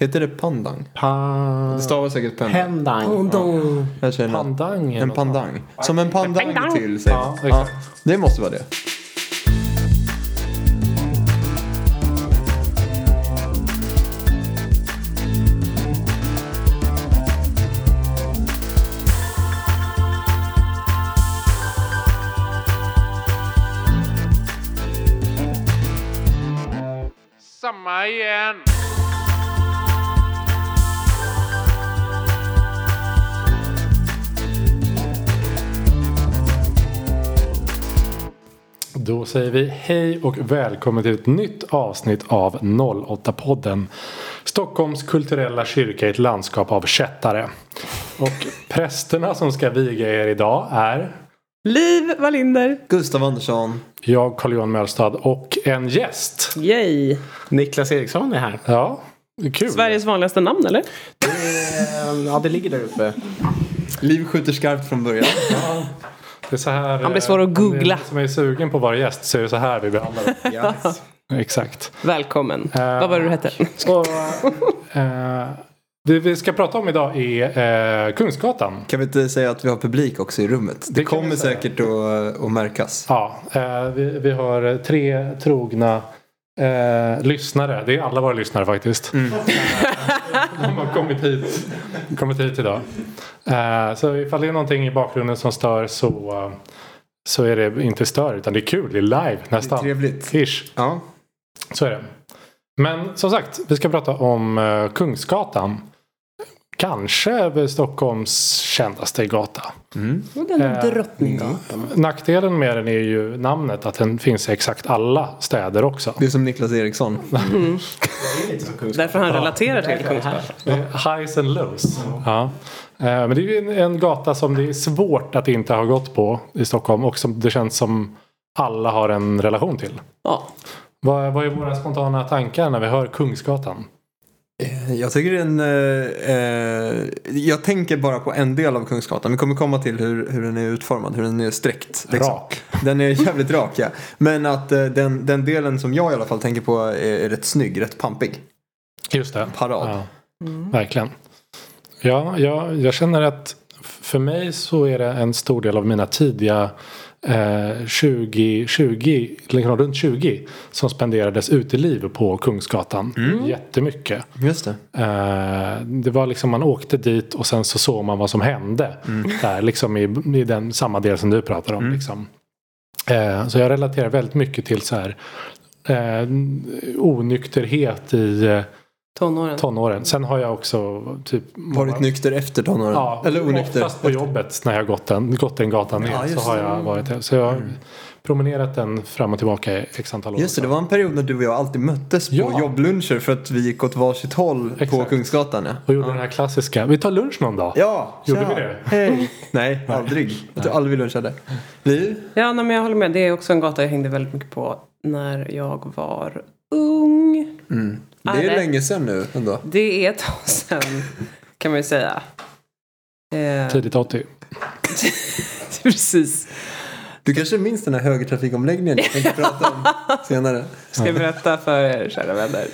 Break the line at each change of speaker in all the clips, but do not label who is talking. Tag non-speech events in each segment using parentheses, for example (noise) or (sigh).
Heter det pandang?
Pa...
Det stavas säkert pendang.
Pendang.
Då-
Jag känner en-
Pandang. eller
en
något
pandang. Som en pandang
Pendang.
till säger
Ja,
man.
exakt.
det måste vara det.
Samma igen.
annat. Då säger vi hej och välkommen till ett nytt avsnitt av 08-podden. Stockholms kulturella kyrka i ett landskap av kättare. Och prästerna som ska viga er idag är
Liv Wallinder.
Gustav Andersson.
jag, Carl-Johan Mölstad och en gäst.
Yay.
Niklas Eriksson är här.
Ja, det är kul.
Sveriges vanligaste namn eller?
Ehm, Ja, det ligger där uppe.
Liv skjuter skarpt från (laughs) början.
Det är så här,
blir svår att
eh, om det är
googla.
någon Som är sugen på att vara gäst så är det så här vi behandlar det.
Yes.
Exakt.
Välkommen.
Eh,
Vad var det
(laughs)
du hette?
Och, eh, det vi ska prata om idag är eh, Kungsgatan.
Kan vi inte säga att vi har publik också i rummet? Det,
Det kan
kommer
vi säga.
säkert att, att märkas.
Ja, eh, vi, vi har tre trogna eh, lyssnare. Det är alla våra lyssnare faktiskt. (laughs) De har kommit hit, kommit hit idag. Eh, så ifall det är någonting i bakgrunden som stör så, eh, så är det inte stör utan det är kul. Det är live nästan.
Trevligt.
Ish.
Ja.
Så är det. Men som sagt, vi ska prata om eh, Kungsgatan. Kanske Stockholms kändaste gata.
Den
Eh,
Drottninggatan.
Nackdelen med den är ju namnet, att den finns i exakt alla städer också.
Det är som Niklas Eriksson.
Därför han relaterar till Kungsgatan.
Det är Eh, Highs and lows. Ja. Eh, Men det är ju en, en gata som det är svårt att inte ha gått på i Stockholm och som det känns som alla har en relation till.
Ja.
Vad, vad är våra spontana tankar när vi hör Kungsgatan?
Jag tycker det är en... eh, eh, jag tänker bara på en del av Kungsgatan. Vi kommer komma till hur, hur den är utformad, hur den är sträckt. liksom.
Rak.
Den är jävligt rak ja. Men att eh, den, den delen som jag i alla fall tänker på är, är rätt snygg, rätt pampig.
Just det.
Parad.
Ja. Verkligen. Ja, jag, jag känner att f- för mig så är det en stor del av mina tidiga eh, 20, 20, liksom runt 20 som spenderades uteliv på Kungsgatan. Jättemycket.
Just det.
Eh, det var liksom man åkte dit och sen så såg man vad som hände. Där, liksom i, I den samma del som du pratar om. Liksom. Eh, så jag relaterar väldigt mycket till så här, eh, onykterhet i eh,
Tonåren.
tonåren. Sen har jag också typ
Varit nykter efter tonåren.
Ja,
Eller onykter.
Oftast på jobbet när jag gått den, gått den gatan ner
Ja,
så
just
har
det. Mm.
jag varit det. Så jag har promenerat den fram och tillbaka i x antal år.
Just det, det var en period när du och jag alltid möttes på
Ja.
jobbluncher för att vi gick åt varsitt håll på
Exakt.
Kungsgatan. Ja,
Och gjorde den här klassiska, vi tar lunch någon dag.
ja
Gjorde
tja.
vi det?
Hej. Nej, aldrig. Jag tror aldrig vi lunchade. Liv?
Ja, nej, men jag håller med. Det är också en gata jag hängde väldigt mycket på när jag var ung.
Mm. Det
Ja,
är
det-
länge sedan nu ändå.
Det är ett tag sedan, kan man ju säga. Eh,
Tidigt 80.
(laughs) precis.
Du kanske minns den här högertrafikomläggningen jag tänkte prata om senare.
Ska jag berätta för er, kära vänner.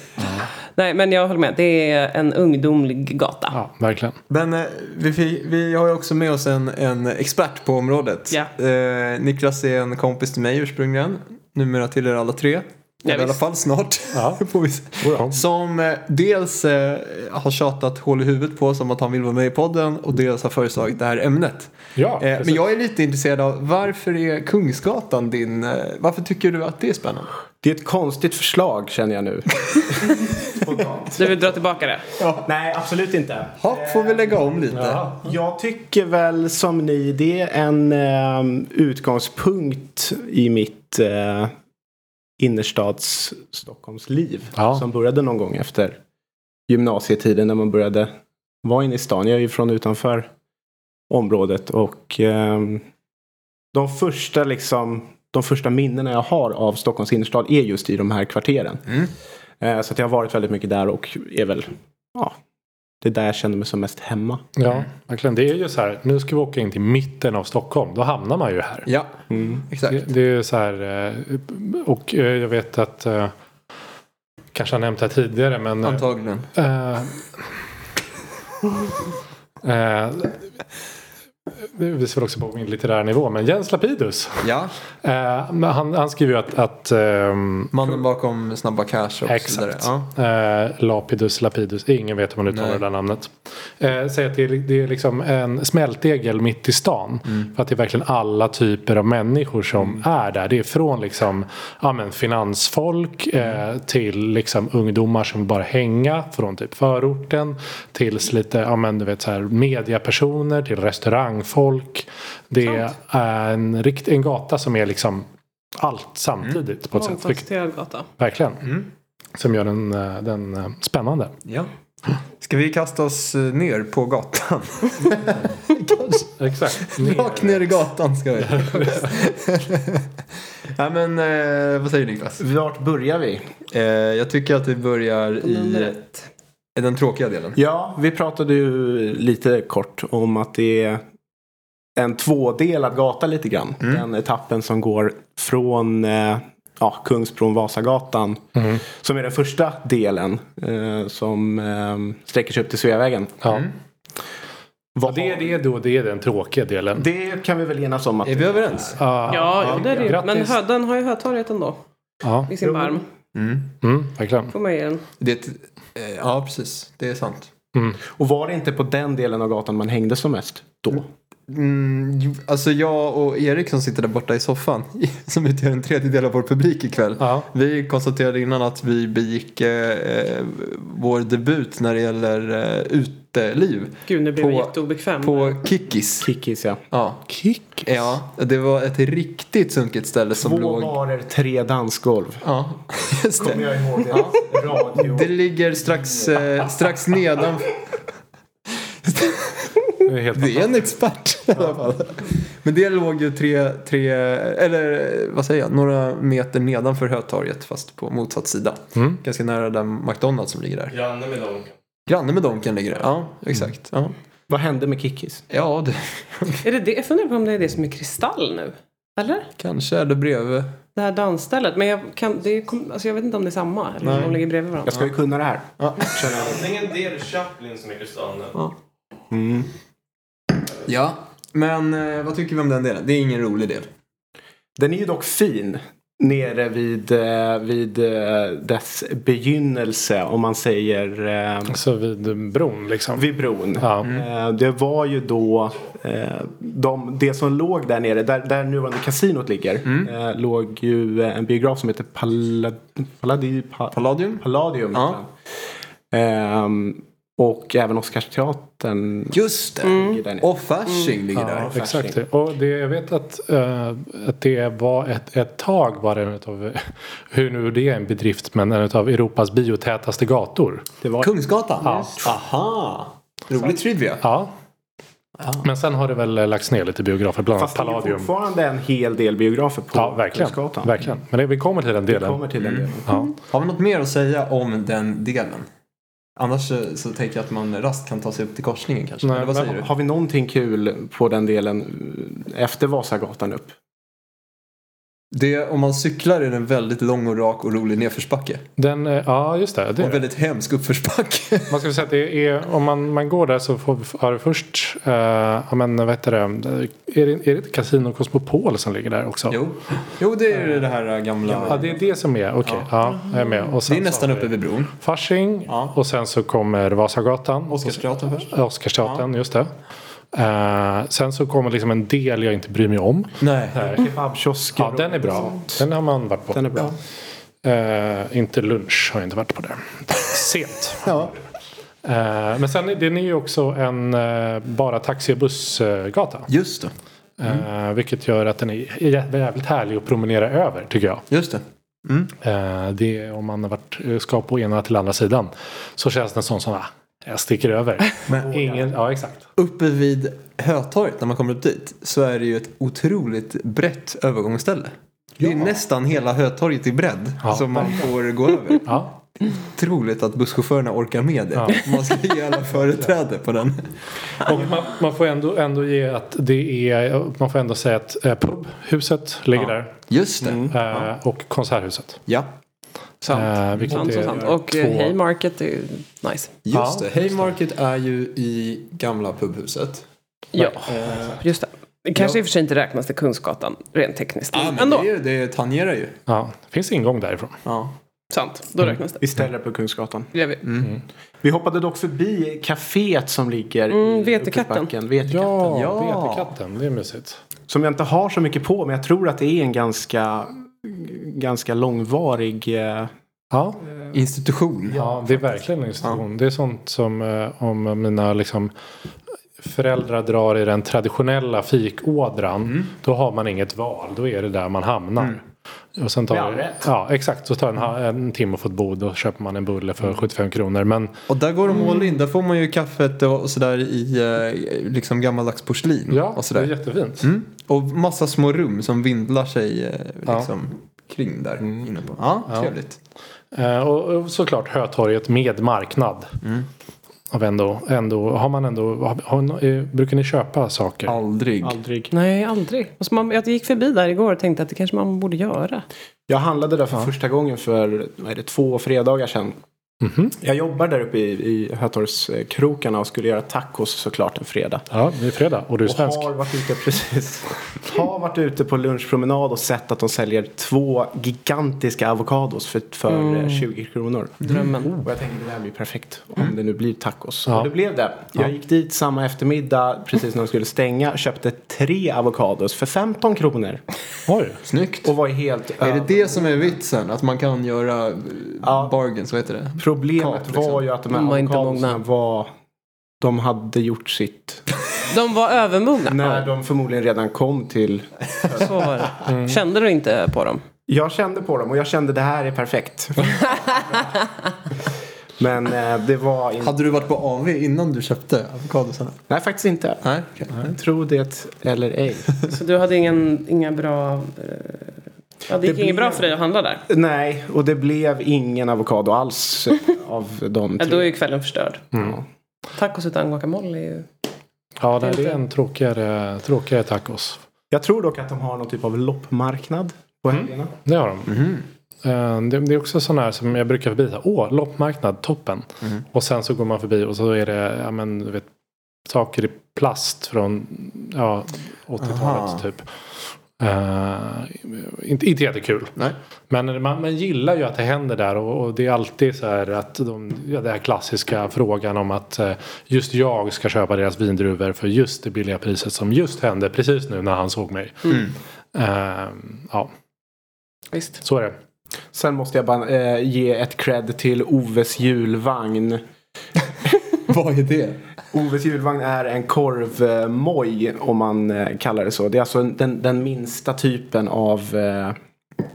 Nej, men jag håller med. Det är en ungdomlig gata.
Ja, verkligen.
Men eh, vi, fi- vi har ju också med oss en, en expert på området.
Ja.
Eh, Niklas är en kompis till mig ursprungligen. Numera till er alla tre. Eller I alla
visst.
fall snart.
Ja.
(laughs) Får vi se.
Bra.
som eh, dels eh, har tjatat hål i huvudet på som att han vill vara med i podden och dels har föreslagit det här ämnet.
Ja,
Eh,
precis.
men jag är lite intresserad av varför är Kungsgatan din... eh, Varför tycker du att det är spännande?
Det är ett konstigt förslag känner jag nu.
Du vill dra tillbaka det?
Nej, absolut inte.
Ha, får vi lägga om lite?
Jag tycker väl som ni, det är en eh, utgångspunkt i mitt eh, innerstads Stockholmsliv.
Ja.
Som började någon gång efter gymnasietiden när man började vara inne i stan. Jag är ju från utanför området och eh, de första liksom de första minnena jag har av Stockholms innerstad är just i de här kvarteren. Eh, Så att jag har varit väldigt mycket där och är väl, ja, det är där jag känner mig som mest hemma.
Ja, verkligen. Det är ju så här, nu ska vi åka in till mitten av Stockholm. Då hamnar man ju här.
Ja,
Mm.
exakt.
Det, det är ju så här, eh, och eh, jag vet att eh, kanske har nämnt det här tidigare men... eh,
Antagligen.
Eh, eh, det visar väl också på min litterär nivå. Men Jens Lapidus.
Ja,
Eh, men han, han skriver ju att, att ehm,
mannen bakom Snabba Cash och så vidare.
Exakt.
Ja.
Eh, Lapidus, Lapidus. Ingen vet hur man uttalar
Nej.
det där namnet. Eh, säg att det är, det är liksom en smältdegel mitt i stan.
Mm.
För att det är verkligen alla typer av människor som är där. Det är från liksom, ja, men finansfolk eh,
Mm.
till liksom ungdomar som vill bara hänga från typ förorten. Tills lite ja, men du vet, så här, mediapersoner till restaurangfolk. Det är en, rikt, en gata som är liksom allt samtidigt på ett sätt. Vilket
Kontrasterad
Verkligen. Som gör den, eh, den eh, spännande.
ja. Ska vi kasta oss eh, ner på gatan?
Exakt. Mm.
Rakt (laughs) ner i gatan ska (laughs) vi. (laughs) Nej men eh, vad säger Niklas?
Vart börjar vi?
Eh, jag tycker att vi börjar i
nummer
eh, den tråkiga delen.
Ja, vi pratade ju lite kort om att det är en tvådelad gata lite grann. Den etappen som går från eh, ja, Kungsbron, Vasagatan.
Mm.
Som är den första delen eh, som eh, sträcker sig upp till Sveavägen.
Ja.
Mm.
Vad
Det,
har-
det, är då, det är den tråkiga delen.
det kan vi väl enas om att
Är vi överens?
Ah,
Ja, ja, det är det ju. Men
Grattis.
hö, den har ju Hötorget ändå.
Ja.
I sin barm.
Mm, verkligen.
Får man ge den.
Det, är ett- eh, ja precis, det är sant.
Och var det inte på den delen av gatan man hängde som mest då?
Mm, jo, alltså jag och Erik som sitter där borta i soffan (laughs) som utgör en tredjedel av vår publik ikväll.
Ja.
Vi konstaterade innan att vi begick eh, eh, vår debut när det gäller eh, uteliv
Gud, nu blir jag
På-
jätteobekväm.
på Kickis.
Kickis ja.
Ja.
Kick?
ja, det var ett riktigt sunkigt ställe som
Två
låg...
barer, tre dansgolv.
Ja, (laughs) just det.
jag ihåg deras radio.
Det ligger strax, eh, strax nedan...
Det är helt
Det är en expert i alla fall. (laughs) Men det låg ju tre, tre, eller eh, vad säger jag, några meter nedanför Hötorget fast på motsatt sida. Ganska nära där McDonalds som ligger där.
Granne med dem.
Granne med Donken ligger där. Ja, exakt. Ja,
Vad hände med Kickis?
ja det (laughs)
Är det det? Jag funderar på om det är det som är kristall nu. Eller?
kanske är det bredvid.
Det här dansstället. Men jag, kan, det kom, alltså jag vet inte om det är samma. Eller om de ligger bredvid varandra.
Jag ska ju kunna det här.
Antingen det eller Chaplin som är Kristal nu.
Ja. Men eh, vad tycker vi om den delen? Det är ingen rolig del.
Den är ju dock fin. Nere vid, eh, vid eh, dess begynnelse om man säger eh,
Så vid bron liksom.
vid bron.
Ja.
Eh, Det var ju då eh, de, det som låg där nere, där, där nuvarande kasinot ligger,
Mm.
eh, låg ju eh, en biograf som heter Pallad, Palladi, pa,
Palladium?
Palladium.
Ja.
heter den. Ehm, och även Oscarsteatern
Just det.
Mm.
ligger där nere.
Och Fasching ligger
Ja,
där.
exakt. Och det, jag vet att, eh, att det var ett, ett tag var det en utav, (laughs) hur nu det är en bedrift, men en utav Europas biotätaste gator.
det var,
Kungsgatan?
Ja.
Aha! Rolig trivia.
Ja. Men sen har det väl eh, lagts ner lite biografer, bland annat
fast det är ju
Palladium.
fortfarande en hel del biografer på
Ja, verkligen.
Kungsgatan.
verkligen. Mm. Men det, vi kommer till den
Vi
delen.
kommer till den delen.
Ja.
Har vi något mer att säga om den delen? Annars eh, så tänker jag att man rast kan ta sig upp till korsningen kanske.
Nej,
Eller vad
men-
säger du?
Har vi någonting kul på den delen eh, efter Vasagatan upp?
Det, om man cyklar är det en väldigt lång och rak och rolig nedförsbacke.
Den, eh, ja, just det. det. är
Och
det.
väldigt hemsk uppförsbacke.
Man skulle säga att det är, om man, man går där så får, har du först, eh, ja men vad heter det, är det, är det ett Casino Cosmopol som ligger där också?
(laughs) jo. jo, det är det här äh, gamla.
Ja, det är det som är, okej. Ja. jag är med. Och
det
sen
är nästan
så har
uppe
vi
vid bron.
Fasching
Ja.
och sen så kommer Vasagatan.
Oscarsteatern först.
Oscarsteatern, just det. Eh, sen så kommer liksom en del jag inte bryr mig om.
Nej.
Kebabkiosker.
Ja, den är bra. Den har man varit på.
Den är bra.
Eh, inte lunch har jag inte varit på det. Sent. Eh, men sen är den är ju också en eh, bara taxi och bussgata.
Just det.
Eh, vilket gör att den är jä- jävligt härlig att promenera över tycker jag.
Just det.
Eh, det, är- om man har varit, eh, ska på ena till andra sidan så känns den som sån ah, jag sticker över. Ingen, ja exakt.
Uppe vid Hötorget, när man kommer upp dit, så är det ju ett otroligt brett övergångsställe. Det är nästan hela Hötorget i bredd
Ja.
som man får gå över.
Ja.
Otroligt att busschaufförerna orkar med det. Man ska ge alla företräde på den.
Och man, man får ändå, ändå ge att det är, man får ändå säga att eh, pubhuset ligger där.
Mm.
Just det.
Eh, Och konserthuset.
Ja.
Sant.
Eh, vilket
Sant som
är
sant. Och
två-
eh, Haymarket är ju nice.
Ja,
Just det, Haymarket är ju i gamla pubhuset.
Ja,
Eh,
just det. Det kanske i och för sig inte räknas till Kungsgatan rent tekniskt.
ja, men
Ändå.
Mm. det, är ju- det tangerar ju.
Ja, det finns ingång därifrån.
Ja.
Sant, då räknas det.
Vi ställer på Kungsgatan.
Det gör vi.
Vi hoppade dock förbi kaféet som ligger
Mm,
i
Vetekatten.
Uppbacken. Vetekatten.
Ja,
ja.
Vetekatten. Det är mysigt.
Som jag inte har så mycket på, men jag tror att det är en ganska, ganska långvarig... eh,
Ja,
Institution.
ja det är verkligen en institution. Det är sånt som eh, om mina liksom, föräldrar drar i den traditionella fikådran. Då har man inget val. Då är det där man hamnar. Och sen tar det, ja, exakt. Så tar det en, ha- en timme att få ett bord och köper man en bulle för 75 kronor. Men
Och där går de
Mm.
all in. Där får man ju kaffet och och sådär i eh, liksom gammaldags porslin.
ja,
och
det är
sådär.
jättefint.
Mm. Och massa små rum som vindlar sig eh,
Ja.
liksom, kring där. Inne på. Ja, trevligt.
Eh, och, och såklart Hötorget med marknad. Av ändå, ändå, har man ändå, har, har, eh, brukar ni köpa saker?
Aldrig.
Aldrig.
Nej, aldrig. Och så man, jag gick förbi där igår och tänkte att det kanske man borde göra.
Jag handlade där för första gången för vad är det, två fredagar sedan.
Mhm.
Jag jobbar där uppe i, i Hötorgskrokarna och skulle göra tacos såklart en fredag.
Ja, det är fredag och du är
Och
svensk.
har varit ute, precis. har varit ute på lunchpromenad och sett att de säljer två gigantiska avokados för, för eh, 20 kronor. Mm.
Drömmen.
Och jag tänkte det här blir perfekt om det nu blir tacos.
Ja.
Och det blev det. Jag gick dit samma eftermiddag precis när de skulle stänga. Köpte tre avokados för 15 kronor.
Oj,
Snyggt.
Och var helt
är
över.
det det som är vitsen? Att man kan göra eh,
Ja.
bargains, vad heter det?
Problemet
Kap, liksom.
var ju att de här
De var inte
avokadosarna
mogna.
var... De hade gjort sitt.
De var övermogna.
När de förmodligen redan kom till...
Så var det. Kände du inte på dem?
Jag kände på dem och jag kände det här är (laughs) perfekt. Men eh, det var inte...
Hade du varit på AV innan du köpte avokadosarna?
Nej, faktiskt inte.
Nej. okej. (laughs)
Tro det eller ej.
Så du hade ingen, inga bra... eh, Ja, det gick
blev-
inget bra för dig att handla där.
Nej, och det blev ingen avokado alls av de
Ja, då är
tre.
ju kvällen förstörd.
Mm.
Tacos utan guacamole är ju...
ja det är en tråkigare, tråkigare tacos.
Jag tror dock att de har någon typ av loppmarknad på
Mm.
helgerna.
Det har de. Eh, Det, det är också sådana här som jag brukar förbi. så här, Åh, loppmarknad, toppen. Och sen så går man förbi och så är det ja, men, du vet, saker i plast från ja, 80-talet
Aha.
typ. Eh, inte, inte jättekul.
Nej.
Men man, man gillar ju att det händer där och, och det är alltid så här att de, ja, den här klassiska frågan om att eh, just jag ska köpa deras vindruvor för just det billiga priset som just hände precis nu när han såg mig.
Mm.
Eh, ja,
Visst.
så är det.
Sen måste jag bara eh, ge ett cred till Oves julvagn.
Vad är det?
Oves julvagn är en korvmoj om man eh, kallar det så. Det är alltså en- den, den minsta typen av eh,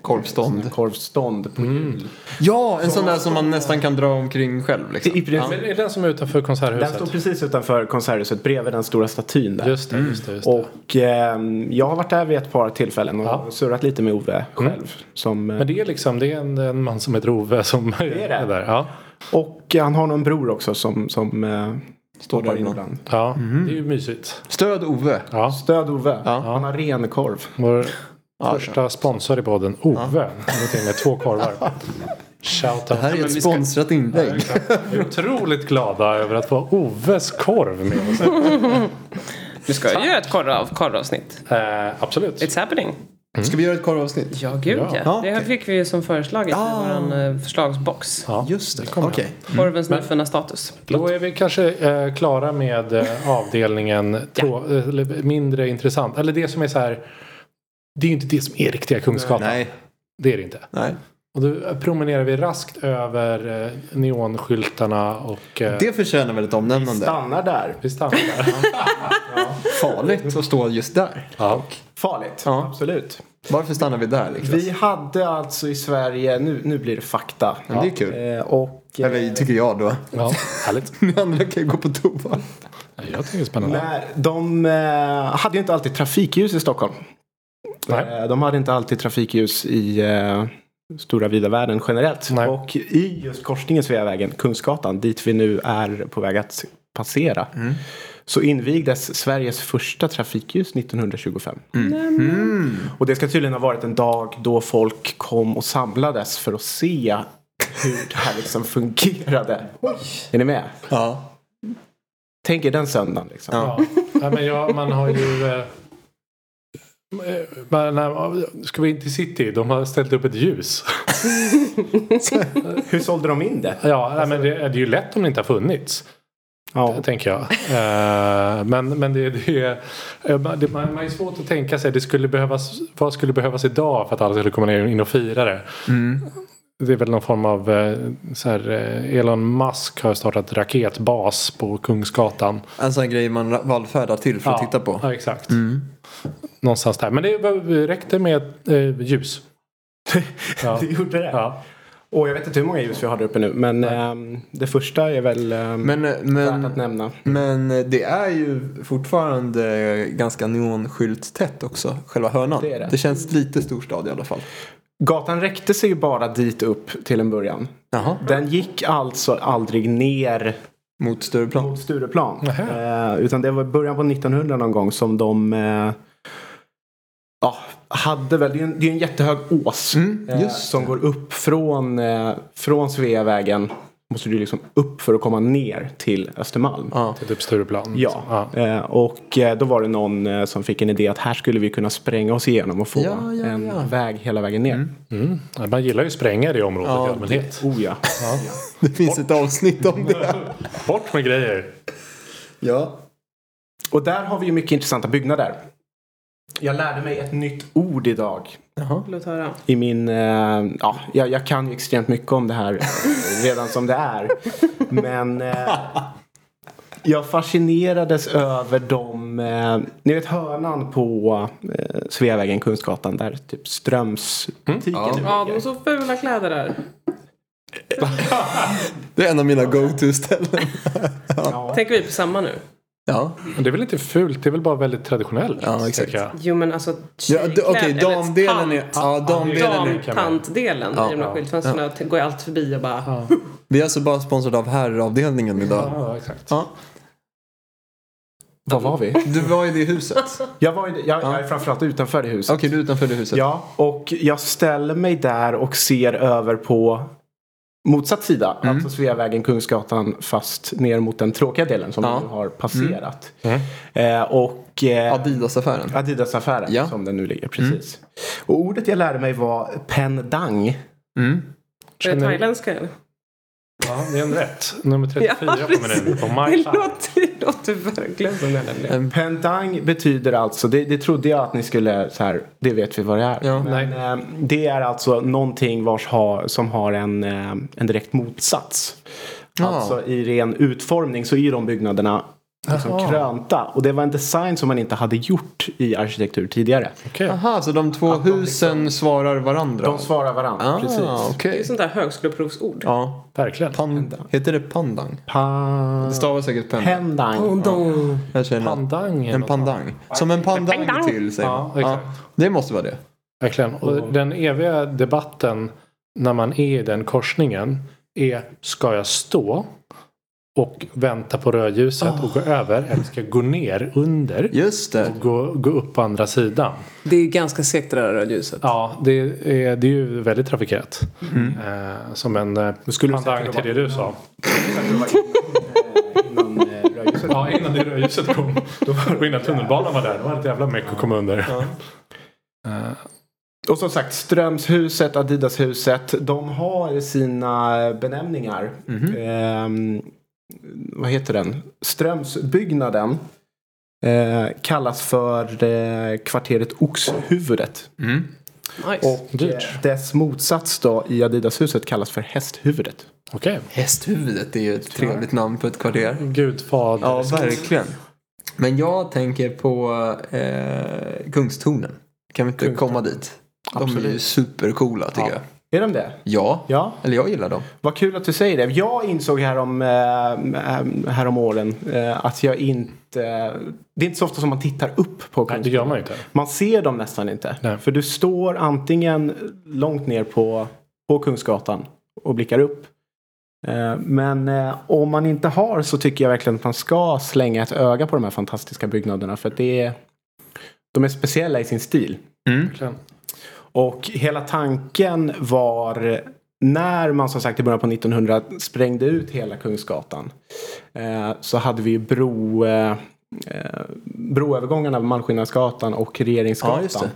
Korvstånd.
korvstånd på
Mm.
jul.
Ja, en sån där som man nästan kan dra omkring själv. Liksom.
I princip.
Men är det den som är utanför
Den står
konserthuset?
precis utanför konserthuset bredvid den stora statyn där.
Just det, just det. Just det.
Mm. Och ehm, jag har varit där vid ett par tillfällen och
Ja.
surrat lite med Ove själv. Som, eh,
Men det är liksom, det är en, en man som heter Ove som
är det.
där. Ja,
Och han har någon bror också som, som eh,
Står
hoppar
där
in
ibland.
ibland.
ja det är ju mysigt.
Stöd Ove.
Ja.
Stöd Ove.
Ja.
Han har renkorv.
Vår
Ja,
första sponsor i podden, Ove, har gått in med två korvar. Shout
Det här
out.
är ett sponsrat inlägg.
Vi är otroligt glada över att få Oves korv med oss.
Du ska ju göra ett korrav, korravsnitt.
Eh, absolut.
It's happening.
Ska vi göra ett korvavsnitt?
Ja, gud ja.
Ja.
Ja,
Det här
okej.
fick vi ju som föreslaget
Ah.
i vår eh, förslagsbox.
Ja.
Just det.
kommer
Okej.
Korvens nyfunna status.
Då är vi kanske eh, klara med eh, avdelningen trå- eller mindre intressant. Eller det som är så här. Det är ju inte det som är riktiga Kungsgatan.
Nej.
Det är det inte.
Nej.
Och då promenerar vi raskt över eh, neonskyltarna och eh,
Det förtjänar väl ett omnämnande.
Stannar där.
vi stannar där.
Farligt att stå just där.
(laughs) ja.
Farligt.
Ja.
Absolut.
Varför stannar vi där liksom?
Vi hade alltså i Sverige, nu, nu blir det fakta.
Men det är kul.
Eh, och eh,
Eller tycker jag då. (laughs)
ja, härligt.
Ni andra kan ju gå på toa.
Ja, Jag tycker det är spännande.
när, de eh, hade ju inte alltid trafikljus i Stockholm.
Nej.
Eh, de hade inte alltid trafikljus i eh, stora vida världen generellt.
Nej.
Och
Mm.
i just korsningen Sveavägen, Kungsgatan, dit vi nu är på väg att passera. så invigdes Sveriges första trafikljus 1925.
Mm.
Och det ska tydligen ha varit en dag då folk kom och samlades för att se hur det här liksom (laughs) fungerade. Är ni med?
Ja.
Tänk er den söndagen liksom.
Ja. Nej, men jag, man har ju... Eh, man, när- ska vi in till city? De har ställt upp ett ljus.
Hur sålde de in det?
Ja, nej, men det, det är ju lätt om det inte har funnits.
Ja.
tänker jag. Eh, men men det, det, är- eh, man- det, man man är svårt att tänka sig. Det skulle behövas, vad skulle behövas idag för att alla skulle komma ner in och fira det?
Mm.
Det är väl någon form av eh, så här, eh, Elon Musk har startat raketbas på Kungsgatan.
En sån grej man vallfärdar till för att titta på. Mm.
Ja, exakt. Någonstans där. Men det var- räckte med
(laughs)
eh, ljus. Ja.
Du gjorde det?
Ja.
Och jag vet inte hur många ljus vi har där uppe nu. Men ehm, det första är väl ehm,
Men,
värt att
men,
nämna.
men eh, det är ju fortfarande ganska neonskyltstätt också, själva hörnan.
Det är det.
känns lite storstad i alla fall.
Gatan räckte sig ju bara dit upp till en början.
Jaha.
Den gick alltså aldrig ner
Mot Stureplan.
mot Stureplan.
Nähä.
Eh, utan det var i början på 1900 någon gång som de eh, ja, hade väl, det är ju en, det är en jättehög ås
Mm,
eh,
just
som går upp från, eh, från Sveavägen. Måste du liksom upp för att komma ner till Östermalm.
Ja.
Typ Stureplan.
Ja, Eh, och eh, då var det någon eh, som fick en idé att här skulle vi kunna spränga oss igenom och få
Ja, ja,
en
ja.
väg hela vägen ner.
Mm. Man gillar ju sprängare i området i allmänhet.
Oh ja.
Det finns ett avsnitt om det.
Bort med grejer.
(laughs) Ja.
Och där har vi ju mycket intressanta byggnader. Jag lärde mig ett nytt ord idag.
Låt höra.
i min, eh, ja, jag, jag kan ju extremt mycket om det här eh, redan som det är. Men eh, jag fascinerades över de, eh, ni vet hörnan på eh, Sveavägen, Kungsgatan, där typ Strömsbutiken mm.
Ja, de har så fula kläder där.
Det är en av mina go-to-ställen.
Tänker vi på samma nu?
(laughs) Ja.
Men det är väl inte fult, det är väl bara väldigt traditionellt.
Ja, exakt.
tänker jag.
Jo, men alltså
ja d-
tjejkläder,
Okej,
eller
damdelen
tant-
är... Ja, damdelen är...
Damtantdelen i de där skyltfönstren. Jag t- går jag allt förbi och bara...
Vi är alltså bara sponsrade av herravdelningen idag.
Ja, exakt.
Ja.
Var var vi?
Du var i det huset.
Jag, var, i det- jag, jag är framförallt utanför det
(laughs)
huset.
Okej, du är utanför det huset.
Ja, och jag ställer mig där och ser över på motsatt sida.
Mm.
Alltså Sveavägen, Kungsgatan, fast ner mot den tråkiga delen som
Ja. Mm.
vi nu har passerat. Eh, och eh,
Adidas-affären.
Adidas-affären
Ja. Mm.
som den nu ligger, precis. Och ordet jag lärde mig var pendang.
Är det thailändska eller?
Ja, det är en rätt. Nummer 34 på menyn på
Det
My Club.
låter, det låter verkligen som det nämligen.
Pendang betyder alltså, det, det trodde jag att ni skulle, så här, det vet vi vad det är.
Ja.
Men, eh, det är alltså någonting vars ha, som har en, eh, en direkt motsats.
Ja.
Alltså i ren utformning så är de byggnaderna liksom krönta. Och det var en design som man inte hade gjort i arkitektur tidigare.
Okej.
Aha, så de liksom- två husen svarar varandra?
De svarar varandra,
ah,
precis.
Det
Okej.
är sånt där högskoleprovsord.
Ja.
Verkligen.
Pan- heter det pandang?
Pa-
Det stavas säkert pendang.
Pendang.
Jag känner
Pandang.
En pandang. Som en pandang till säger
Ja,
man.
exakt.
Ja, det måste vara det.
Verkligen. Och den eviga debatten när man är i den korsningen är ska jag stå och vänta på rödljuset och gå
Ah.
över eller ska jag gå ner under
Just det.
och gå, gå upp på andra sidan?
Det är ju ganska segt det där rödljuset.
Ja, det är, det är ju väldigt trafikerat. Eh, som en eh, pandang till det du sa.
Innan, eh, rödljuset.
Ja, innan det rödljuset kom. Och innan tunnelbanan var där. Det var ett jävla meck att komma under.
Och som sagt, Strömshuset, Adidashuset, de har sina benämningar.
Mhm.
Ehm, vad heter den? Strömsbyggnaden eh, kallas för eh, kvarteret Oxhuvudet.
Nice.
Och eh,
Dyrt.
dess motsats då i Adidashuset kallas för Hästhuvudet.
Okej.
Hästhuvudet är ju ett trevligt namn på ett kvarter.
Mm. Gudfader.
Ja, verkligen. Men jag tänker på eh, Kungstornen. Kan vi inte komma dit? De är ju supercoola tycker jag.
Är de det?
Ja.
Ja,
Eller jag gillar dem.
vad kul att du säger det. Jag insåg härom, eh, härom åren eh, att jag inte... Det är inte så ofta som man tittar upp på
Nej, det gör man ju inte.
Man ser dem nästan inte.
Nej.
För du står antingen långt ner på, på Kungsgatan och blickar upp. Eh, Men eh, om man inte har så tycker jag verkligen att man ska slänga ett öga på de här fantastiska byggnaderna. För att det är, de är speciella i sin stil.
Mm.
Verkligen.
Och hela tanken var när man som sagt i början på 1900 sprängde ut hela Kungsgatan eh, så hade vi ju bro, eh, eh, broövergångarna vid Malmskillnadsgatan och Regeringsgatan.
Ja, just det.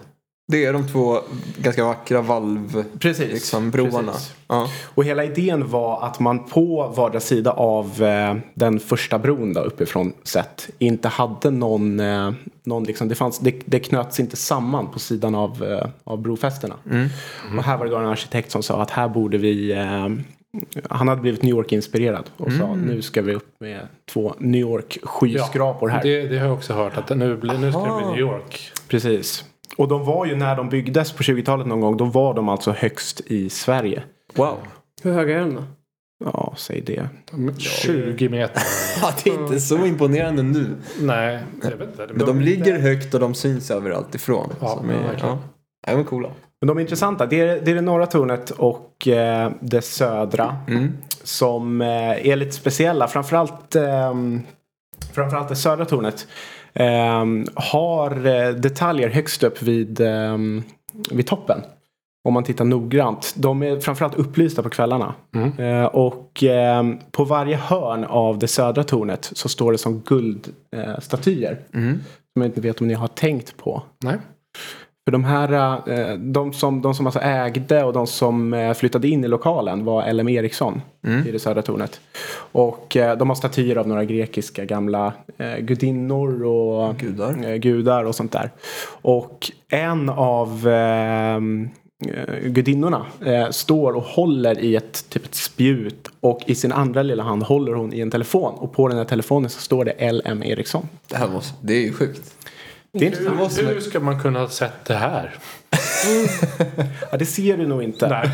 Det är de två ganska vackra valv...
Precis.
Liksom broarna.
Precis.
Ja.
Och hela idén var att man på vardera sida av eh, den första bron då, uppifrån sett inte hade någon, eh, någon liksom, det, fanns, det, det knöts inte samman på sidan av, eh, av brofästena. Och här var det då en arkitekt som sa att här borde vi, eh, han hade blivit New York-inspirerad och sa nu ska vi upp med två New York-skyskrapor här.
Det, det har jag också hört att nu, blir, nu ska det bli New York.
Precis. Och de var ju när de byggdes på 20-talet någon gång, då var de alltså högst i Sverige.
Wow.
Hur hög är den då?
Ja, säg det.
20 meter.
Ja, det är inte så imponerande nu.
Nej, jag vet inte.
Men de ligger högt och de syns överallt ifrån.
Ja,
Så de är-
verkligen.
ja. Nej, men coola.
Men de är intressanta. Det är det, är det norra tornet och eh, det södra. Som eh, är lite speciella. Framförallt, eh, framförallt det södra tornet. Eh, har eh, detaljer högst upp vid, eh, vid toppen. Om man tittar noggrant. De är framförallt upplysta på kvällarna. Eh, och eh, på varje hörn av det södra tornet så står det som guldstatyer. Eh, statyer. Som jag inte vet om ni har tänkt på.
Nej.
För de här, eh, de som, de som alltså ägde och de som eh, flyttade in i lokalen var LM Eriksson i det södra tornet. Och eh, de har statyer av några grekiska gamla eh, gudinnor och
Gudar.
eh, gudar och sånt där. Och en av eh, eh, gudinnorna eh, står och håller i ett, typ ett spjut och i sin andra lilla hand håller hon i en telefon och på den här telefonen så står det LM Eriksson.
Det här måste... Det är ju sjukt.
Det, är intressant.
Hur, hur ska man kunna ha sett det här?
ja, det ser du nog inte. (laughs)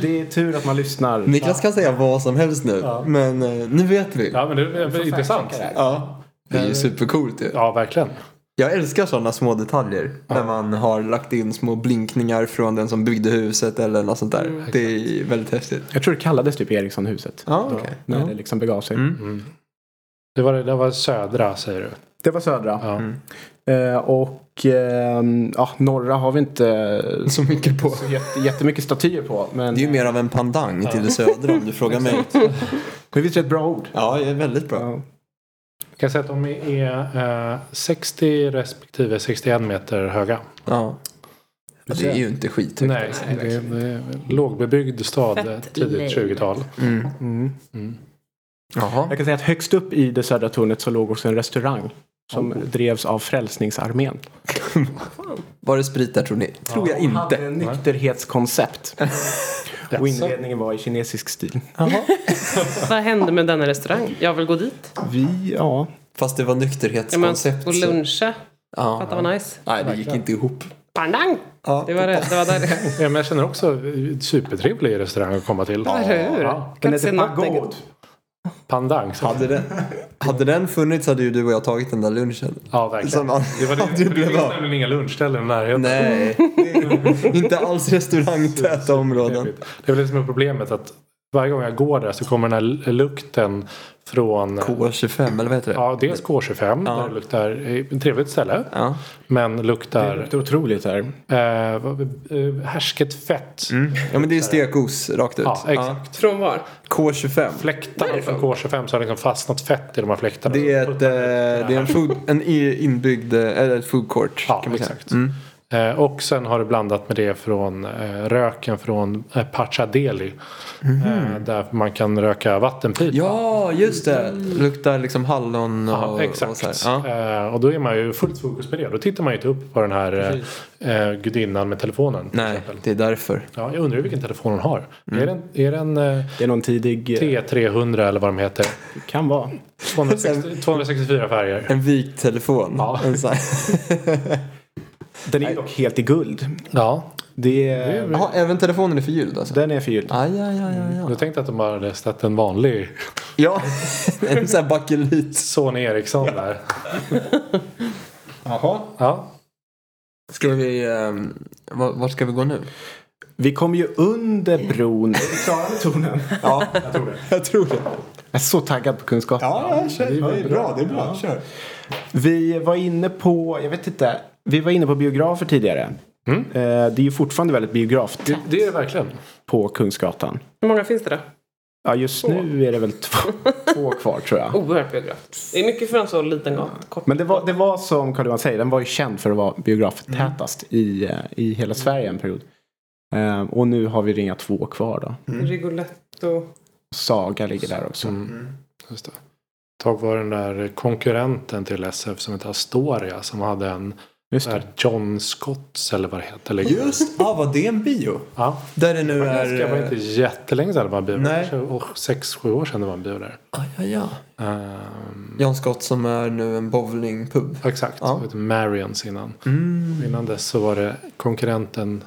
Det är tur att man lyssnar.
Niklas kan säga vad som helst nu. Men eh, nu vet vi.
Ja, men det är väl intressant.
Ja. Det är ju supercoolt ju.
Ja, verkligen.
Jag älskar sådana små detaljer. När man har lagt in små blinkningar från den som byggde huset eller något sånt där. Det är väldigt häftigt.
Jag tror det kallades typ Erikssonhuset.
Ja, okej.
När det liksom begav sig.
Mm.
Det var, det var södra, säger du.
Det var södra.
Ja.
Eh, och ehm, ja, norra har vi inte
(laughs) Så mycket på.
så jätte, jättemycket statyer på. Men,
Det är ju mer av en pandang till det södra om du frågar mig.
men visst är det ett bra ord?
Ja, det är väldigt bra.
Jag kan säga att de är eh, 60 respektive 61 meter höga.
Ja. Ja, Det är ju inte skithögt.
Nej, det är, det är en lågbebyggd stad, eh,
Fett
tidigt
lame.
20-tal.
Jaha.
Jag kan säga att högst upp i det södra tornet så låg också en restaurang. Som
Oh.
drevs av Frälsningsarmén.
Var det sprit där tror ni? Tror jag
Hade
inte.
en
(laughs)
nykterhetskoncept. Och
Jaså?
inredningen var i kinesisk stil.
Vad hände med denna restaurang? Jag vill gå dit.
Vi, ja.
Fast det var
Ja, men,
nykterhetskoncept.
och
så-
luncha.
Ja.
Fattar vad nice.
Nej, det gick inte ihop.
Pandang!
Ja.
Det var det. Det var där.
Ja, men jag känner också eh, supertrevlig restaurang att komma till.
Eller hur?
Ja.
Kan
Den
inte se
heter
något negativt.
Pagod.
Pandang. Så.
Hade den, hade den funnits hade ju du och jag tagit den där lunchen.
Ja, verkligen.
Som man-
Det, var det,
aldrig
det
blev
finns
av.
nämligen inga lunchställen i närheten.
Nej, inte alls restaurangtäta områden.
Det är väl det som är problemet. att Varje gång jag går där så kommer den här lukten från
K25, eller vad heter det?
ja, dels K25, där det luktar eh, ett trevligt ställe.
Ja.
Men luktar
Det är otroligt här.
Mm.
eh, vad- eh, härsket fett.
ja, men det är stekos rakt ut.
Ja, exakt.
Från var?
K25.
Fläktar från K25 så har det liksom fastnat fett i de här fläktarna.
Det är, ett, eh, det är en, food, en i- inbyggd, eh, eller ett food court.
Ja,
kan man säga.
exakt. Eh, och sen har det blandat med det från eh, röken från eh, Pachadeli. Eh, där man kan röka vattenpipa.
Mhm. Ja, just det. Luktar liksom hallon och,
Mm. Ja,
och
exakt.
så här. Ja.
Eh, och då är man ju fullt fokus på det. Då tittar man ju inte upp på den här eh, eh, gudinnan med telefonen. till
Nej, Mm.
exempel.
det är därför.
Ja, jag undrar ju vilken telefon hon har. Är den, är den eh,
Det är någon tidig... eh,
T300 eller vad de heter?
Kan vara.
260, 264 färger.
En vikt telefon.
Ja.
En så här.
(laughs)
Den är dock helt i guld.
Ja,
Det är...
Jaha, även telefonen är förgylld alltså?
Den är förgylld.
Aj, aj, aj, aj, aj.
jag tänkte att de bara hade ställt en vanlig
Ja, (laughs) en sån här bakelit.
Sony Ericsson (laughs) där.
Jaha.
Ja.
Ska vi, ehm, var, vart ska vi gå nu?
Vi kom ju under bron. Är vi klara med tornen? (laughs) Ja, jag tror det.
Jag tror det.
Jag är så taggad på kunskap.
Ja, kör.
Det är
Det är bra. Det är
Ja.
bra. Kör.
Vi var inne på, jag vet inte, vi var inne på biografer tidigare. Eh, Det är ju fortfarande väldigt biograftätt
Det, det är det verkligen.
på Kungsgatan.
Hur många finns det då?
Ja, just nu är det väl två, två kvar tror jag.
Oerhört biografiskt. Det är mycket för en så liten gata. Kort.
Men det var, det var som Carl Johan säger, den var ju känd för att vara biograftätast i, eh, i hela Sverige en period. Eh, Och nu har vi ringa två kvar då.
Mm. Rigoletto.
Saga ligger där också.
Mm. Just det. Ett tag var den där konkurrenten till SF som hette Astoria som hade en
Just det.
där John Scotts eller vad det heter. ligger.
Just
Ah,
Ja, var det en bio?
Ja.
Där det nu
Det ska vara
är...
inte jättelänge sedan det var en bio.
Nej.
Kanske och sex, sju år sedan det var en bio där.
eh,
Ja, ja, ja.
Ehm,
Jan Scott som är nu en bowlingpub.
exakt.
Ja.
Det hette Marions innan. Innan dess så var det konkurrenten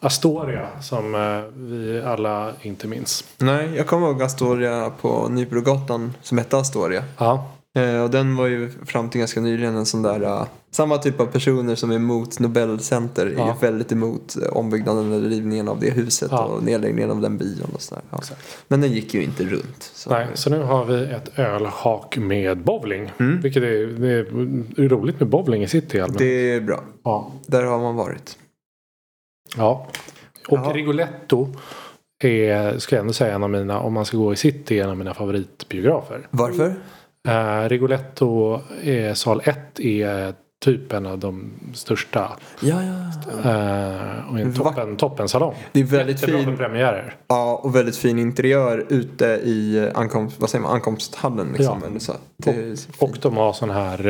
Astoria som eh, vi alla inte minns.
Nej, jag kommer ihåg Astoria på Nybrogatan som hette Astoria.
Ja,
Eh, och den var ju fram till ganska nyligen en sån där, eh, samma typ av personer som är emot Nobelcenter
Ja.
är väldigt emot eh, ombyggnaden eller rivningen av det huset
Ja.
och nedläggningen av den bion och sådär. Ja. Men den gick ju inte runt. Så.
Nej, så nu har vi ett ölhak med bowling.
Mm.
Vilket är, det är roligt med bowling i city i allmänhet.
Det är bra.
Ja.
Där har man varit.
ja. Och
Jaha.
Rigoletto är, ska jag ändå säga, en av mina, om man ska gå i city, en av mina favoritbiografer.
Varför?
Eh, Rigoletto, är, sal 1, är typ en av de största.
Ja, ja.
Eh, och en
Va-
toppen, toppensalong.
Det är väldigt
Jättebra för
fin,
premiärer.
ja, och väldigt fin interiör ute i eh, ankomst, vad säger man, ankomsthallen. Liksom,
Ja.
eller så. Det är så
Och
fint.
de har sån här,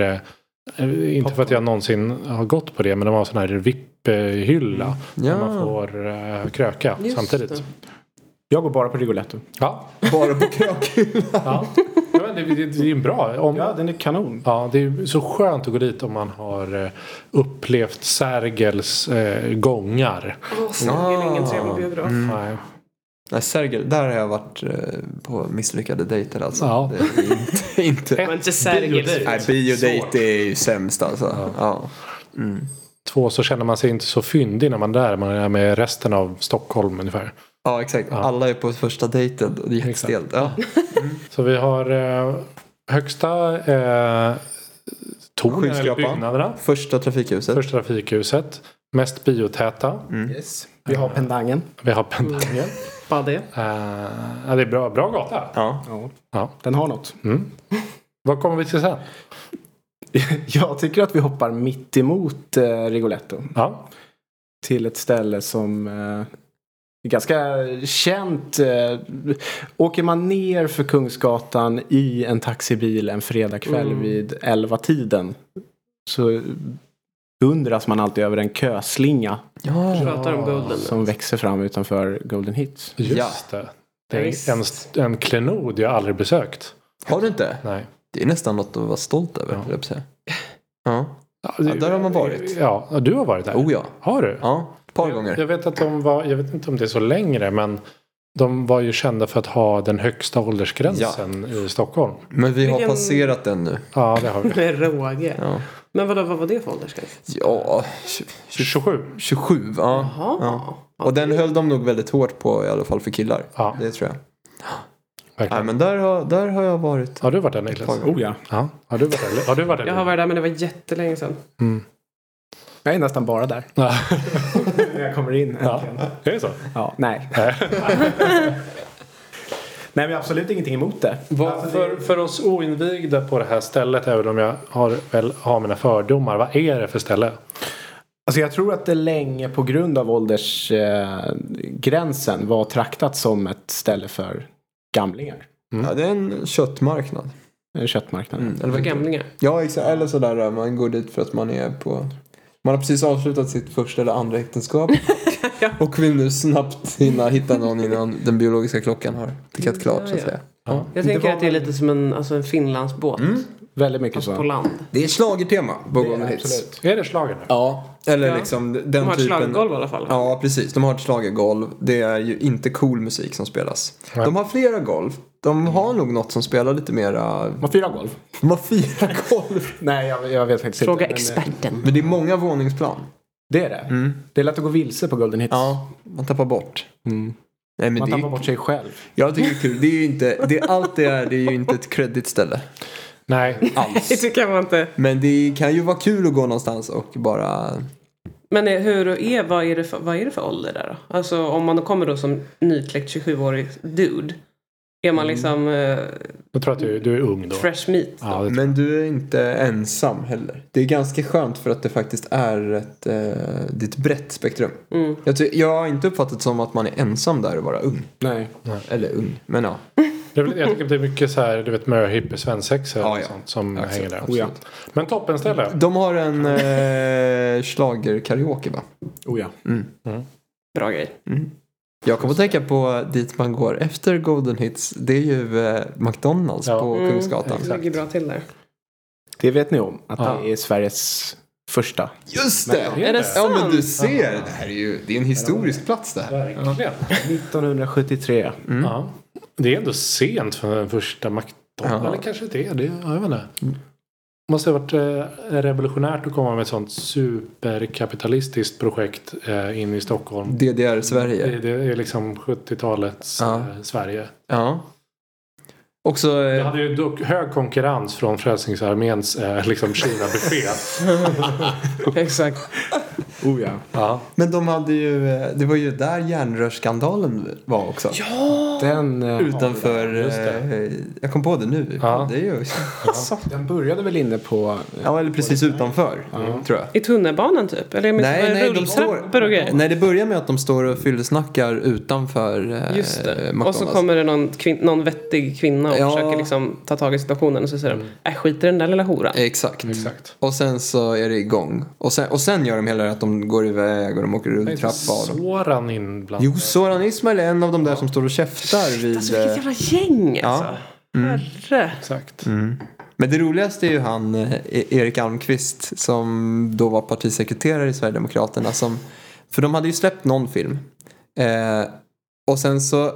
eh, inte för att jag någonsin har gått på det, men de har sån här VIP-hylla.
Mm. Ja.
Där man får eh, kröka
Just
samtidigt.
det.
Jag går bara på Rigoletto.
Ja.
Bara
(laughs)
på krökhyllan.
ja. ja men det, det, det är ju en bra. Om,
Ja,
ja.
den är kanon.
det är ju så skönt att gå dit om man har eh, upplevt Sergels eh, gångar.
Åh, Sergel är ingen trevlig biograf.
Mm.
Mm.
Nej.
Nej, Sergel, där har jag varit eh, på misslyckade dejter alltså.
Ja.
Det är inte, inte. (laughs)
Men inte Sergel.
Nej, biodejt är ju sämst alltså. Ja. Mm.
Två så känner man sig inte så fyndig när man är där. Man är med resten av Stockholm ungefär.
ja, exakt. Alla är på första dejten och det är jättestelt. Ja.
Så vi har eh, högsta eh, tornen eller
Skyskrapan.
byggnaderna.
Första trafikhuset.
Första trafikhuset. Mest biotäta.
Yes. Vi har pendangen.
Vi har
Mm.
Pentangen.
Bara det.
(laughs) Eh, ja, det är bra, bra gata.
Ja.
Ja.
Ja.
Den har något. (laughs)
Vad kommer vi till sen?
Jag tycker att vi hoppar mitt emot eh, Rigoletto.
Ja.
till ett ställe som eh, är ganska känt. Eh, åker man ner för Kungsgatan i en taxibil en fredagkväll vid 11-tiden så undras man alltid över en köslinga
Ja.
Pratar om gulden.
som växer fram utanför Golden Hits.
Just det. Det
Visst.
är en, en klenod jag aldrig besökt.
Har du inte?
Nej.
Det är nästan något att vara stolt över,
Ja.
höll jag på att säga. Ja.
det-
Ja, där har man varit.
Ja, och du har varit där.
Oh ja.
Har du?
Ja, ett par
Jag,
gånger.
jag vet att de var, jag vet inte om det är så längre, men de var ju kända för att ha den högsta åldersgränsen i Stockholm.
Men vi har
Vilken-
passerat den nu.
Ja, det
(laughs)
har vi.
(laughs) Med råge.
Ja.
Men vadå, vad var det för åldersgräns?
Ja, tj-
27.
27. Ja.
Jaha.
Ja. Och den höll de nog väldigt hårt på i alla fall för killar.
Ja,
Det tror jag. Nej,
verkligen.
men där har, där har jag varit.
Har du varit där Niklas?
Oh ja.
Ja. Har du varit där? Har du varit där?
Jag har varit där men det var jättelänge sedan.
Jag är nästan bara där.
Ja.
(laughs) När jag kommer in.
Ja.
äntligen.
Är det så?
Ja, nej. (laughs) nej, men absolut ingenting emot det.
Vad, för, för oss oinvigda på det här stället, även om jag har, väl har mina fördomar, vad är det för ställe?
Alltså jag tror att det länge på grund av åldersgränsen eh, gränsen var traktat som ett ställe för gamlingar.
Ja, det är en köttmarknad.
En köttmarknad.
Eller
Mm. För
vad-
gamlingar.
Ja, exakt. Eller sådär, eh, man går dit för att man är på... Man har precis avslutat sitt första eller andra
(laughs)
äktenskap. Och vill nu snabbt hinna hitta någon innan den biologiska klockan har tickat klart, så att
Ja, ja.
säga.
Jag tänker att det är lite som en, alltså en Finlandsbåt.
Väldigt mycket
Alltså,
På
så.
land.
Det är schlagertema på Golden Hits.
Absolut.
Är det schlager?
Ja, eller
Ja.
liksom den
De har ett
typen...
slaggolv i alla fall.
Ja, precis. De har ett schlagergolv. Det är ju inte cool musik som spelas. De har flera golv. De har nog något som spelar lite mera...
Man fyra golv.
De har fyra (laughs) golv.
Nej, jag, jag vet faktiskt
Fråga
inte. men, eh,
experten.
Men det är många våningsplan.
Det är det.
Mm.
Det är lätt att gå vilse på Golden Hits.
Ja, man tappar bort.
Mm.
Nej, men
Man
det är-
tappar bort sig själv.
Jag tycker det är kul. Det är ju inte, det, allt det är, det är ju inte ett kreditställe
(laughs) Nej,
alls.
(laughs) Det kan man inte.
Men det kan ju vara kul att gå någonstans och bara...
Men eh, hur är, vad, är det för, vad är det för ålder där då? Alltså om man kommer då som nykläckt 27-årig dude. Är
Mm.
man liksom eh,
jag tror att du, du är ung då.
fresh meat?
Ja, det,
Men du är inte ensam heller. Det är ganska skönt för att det faktiskt är ett, eh, det är ett brett spektrum.
Mm.
Jag, ty- jag har inte uppfattat som att man är ensam där och bara ung.
Nej.
Eller ung, men ja.
det är väl- jag tycker att det är mycket så här, du vet möhippie, svensexa
Ja,
och
ja.
sånt som
Absolut,
hänger där. Oh
absolut.
ja.
Men toppenställe.
De har en eh, schlagerkaraoke va?
Oh ja.
Bra grej.
Mm. Jag kommer att tänka på dit man går efter Golden Hits. Det är ju eh, McDonalds
Ja.
på
Mm.
Kungsgatan.
Det ligger bra till där.
Det vet ni om. Att
Ja.
det är Sveriges (laughs) första.
Just det!
Är det
Ja men
sant?
du ser, det här är ju det är en historisk plats det här. Mm.
Verkligen.
1973.
Ja. Det är ändå sent för den första McDonalds.
Ja.
Eller kanske det är det. Ja, jag vet inte. Måste ha varit eh, revolutionärt att komma med ett sånt superkapitalistiskt projekt eh, in i Stockholm.
DDR-Sverige.
Det, det är liksom 70-talets
Ja.
eh, Sverige.
Ja. Också,
Det
eh,
hade ju dock hög konkurrens från Frälsningsarméns eh, liksom Kina-buffé.
Exakt.
Oh ja.
(laughs) ja.
men de hade ju, eh, det var ju där järnrörsskandalen var också.
Den, eh,
Utanför,
just det.
eh, jag kom på det nu.
Ja.
Det är ju,
den började väl inne på... eh,
ja eller precis utanför tror jag.
I tunnelbanan typ? Eller med
Nej, nej, de
rulltrappor och grejer?
Nej det börjar med att de står och fyllesnackar utanför eh,
Just det.
McDonalds.
Och så kommer det någon, kvin- någon vettig kvinna
Ja.
och
Mm.
försöker liksom ta tag i situationen och så säger de äh, skit i den där lilla horan.
Exakt.
Mm. Exakt.
Och sen så är det igång. Och sen, och sen gör de hela det att de går iväg och de åker
Det är
rulltrappa.
inte
och de-
Soran inblandad.
Jo, Soran Ismail är en av de där som står och käftar vid... eh,
Alltså vilket jävla gäng
ja. Mm.
alltså. Herre.
Exakt.
Men det roligaste är ju han eh, E- Erik Almqvist som då var partisekreterare i Sverigedemokraterna. Som, för de hade ju släppt någon film. Eh, och sen så,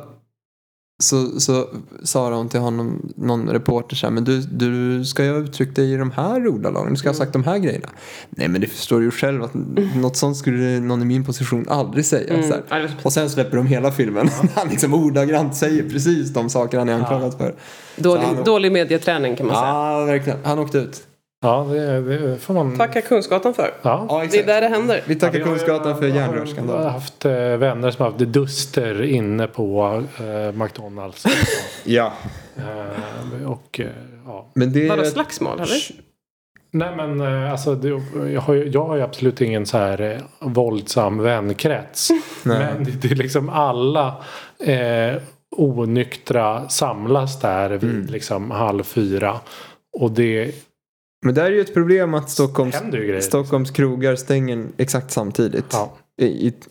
så, så sa de till honom, någon reporter så här, men du, du ska ju ha uttryckt dig i de här ordalagen, du ska ha sagt de här grejerna. Nej men det förstår du ju själv att något sånt skulle någon i min position aldrig säga. Så här.
Ja, det var typ-
Och sen släpper de hela filmen. (laughs) Han liksom ordagrant säger precis de saker han är anklagad för.
Dålig, dålig medieträning kan man säga.
Ja, verkligen. Han åkte ut.
Ja, det, det får man...
Tacka Kungsgatan för.
Ja.
Ja,
Det är
exakt.
där det händer.
Vi tackar
Ja, vi har ju-
Kungsgatan för
Jag har
järnrörsskandalen.
haft eh, vänner som har haft det duster inne på eh, McDonalds.
Ja.
Eh, och eh, ja.
Men det
Vadå
är...
slagsmål eller?
Nej men eh, alltså det, jag, har ju, jag har ju absolut ingen så här eh, våldsam vänkrets. Men det, det är liksom alla eh, onyktra samlas där vid liksom halv fyra. Och det
Men där är ju ett problem att Stockholms,
händer ju grejer.
Stockholms krogar stänger exakt samtidigt.
Ja,
I,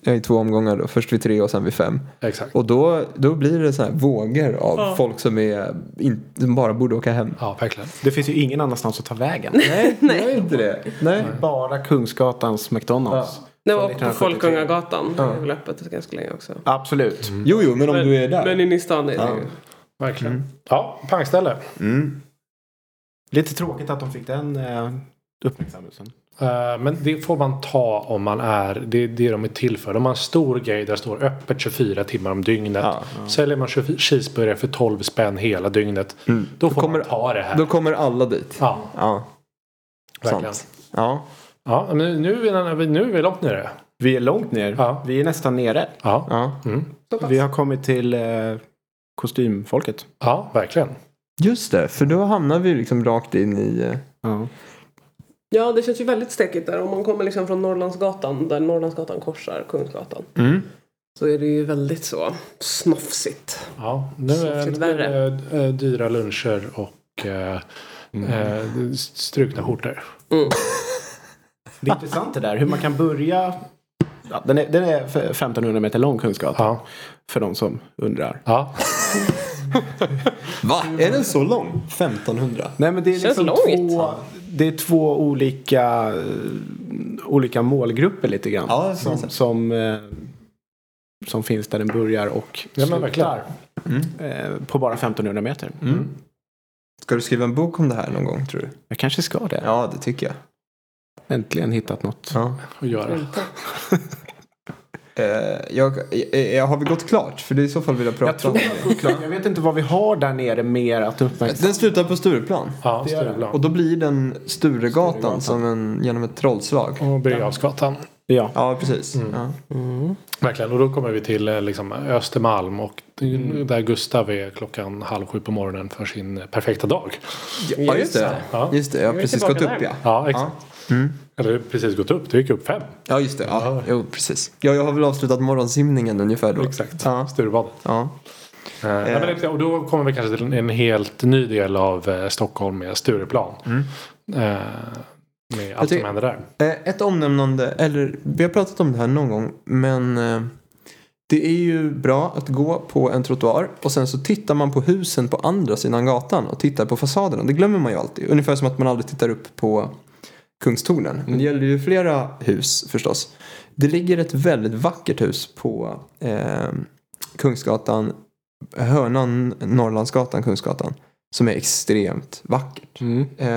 i, I två omgångar då. Först vid tre och sen vid fem.
exakt.
Och då, då blir det så här vågor av
Ja.
folk som, är in, som bara borde åka hem.
Ja, verkligen.
Det finns ju ingen annanstans att ta vägen.
Nej, Nej. gör inte det. Nej.
Bara Kungsgatans McDonalds.
Nej, och på
1973.
Folkungagatan. Det är väl öppet ganska länge också.
Absolut.
Mm.
Jo, jo, men om du är där.
Men inne i stan är det ju...
verkligen. Ja, pangställe.
Mm.
Lite tråkigt att de fick den eh, uppmärksamheten.
Eh, Men det får man ta om man är, det är det de är till för. De har en stor grej där det står öppet 24 timmar om dygnet.
Ja,
Säljer man 24 cheeseburgare för 12 spänn hela dygnet. Då får
kommer-
man ta det här.
Mm. Då kommer alla dit.
Ja,
Ja,
verkligen.
sant. Ja.
Ja, men nu, är vi- nu är vi långt nere.
Vi är långt ner.
Ja.
Vi är nästan nere.
Ja,
ja.
Vi har kommit till eh, kostymfolket.
ja verkligen.
Just det, för då hamnar vi liksom rakt in i... eh,
Ja.
Ja, det känns ju väldigt stekigt där. Om man kommer liksom från Norrlandsgatan, där Norrlandsgatan korsar Kungsgatan.
Mm.
Så är det ju väldigt så snofsigt.
Ja, nu är
Särskilt
nu är det eh, dyra luncher och eh,
Mm.
eh, strukna skjortor.
Det är intressant det där hur man kan börja. Ja, den, är, den är f- 1500 meter lång Kungsgatan.
Ja,
För de som undrar.
ja.
Va? Är den så lång? 1500?
Nej men det är
Känns
liksom
långt.
två, det är två olika, eh, olika målgrupper lite grann.
Ja, det
Mm.
som,
finns det.
som, eh, som finns där den börjar och
Ja, men verkligen.
slutar. Eh, på bara 1500 meter.
Mm. Ska du skriva en bok om det här någon gång tror du?
Jag kanske ska det.
Ja, det tycker jag.
Äntligen hittat något.
Ja.
att göra.
Mm. Eh, jag, eh, eh, har vi gått klart? För det är i så fall vill jag prata
Jag tror Jag vet inte vad vi har där nere mer att uppmärksamma.
Den slutar på Stureplan.
Ja,
Det gör det.
Stureglan.
Och då blir den Sturegatan,
Sturegatan.
som en, genom ett trollslag.
Och Birger Jarlsgatan.
Ja.
Ja, precis. Ja.
Verkligen. Och då kommer vi till eh, liksom, Östermalm och
Mm.
där Gustav är klockan halv sju på morgonen för sin eh, perfekta dag.
ja, just det.
Ja.
Just det, jag har
Vi är
precis gått
tillbaka
upp
där.
ja.
Ja, exakt. Eller precis gått upp. Du gick upp fem.
Ja, just det. Ja. Jo, precis. Ja, jag har väl avslutat morgonsimningen ungefär då.
Exakt.
Ja.
Sturebadet.
Ja.
Eh, nej, men exakt. och då kommer vi kanske till en, en helt ny del av eh, Stockholm med Stureplan. Eh, med allt
Mm. tycker-
som händer där.
Eh, Ett omnämnande, eller vi har pratat om det här någon gång, men eh, det är ju bra att gå på en trottoar och sen så tittar man på husen på andra sidan gatan och tittar på fasaderna. Det glömmer man ju alltid. Ungefär som att man aldrig tittar upp på Kungstornen. Men det gäller ju flera hus förstås. Det ligger ett väldigt vackert hus på eh, Kungsgatan, hörnan Norrlandsgatan, Kungsgatan, som är extremt vackert.
Mm.
Eh,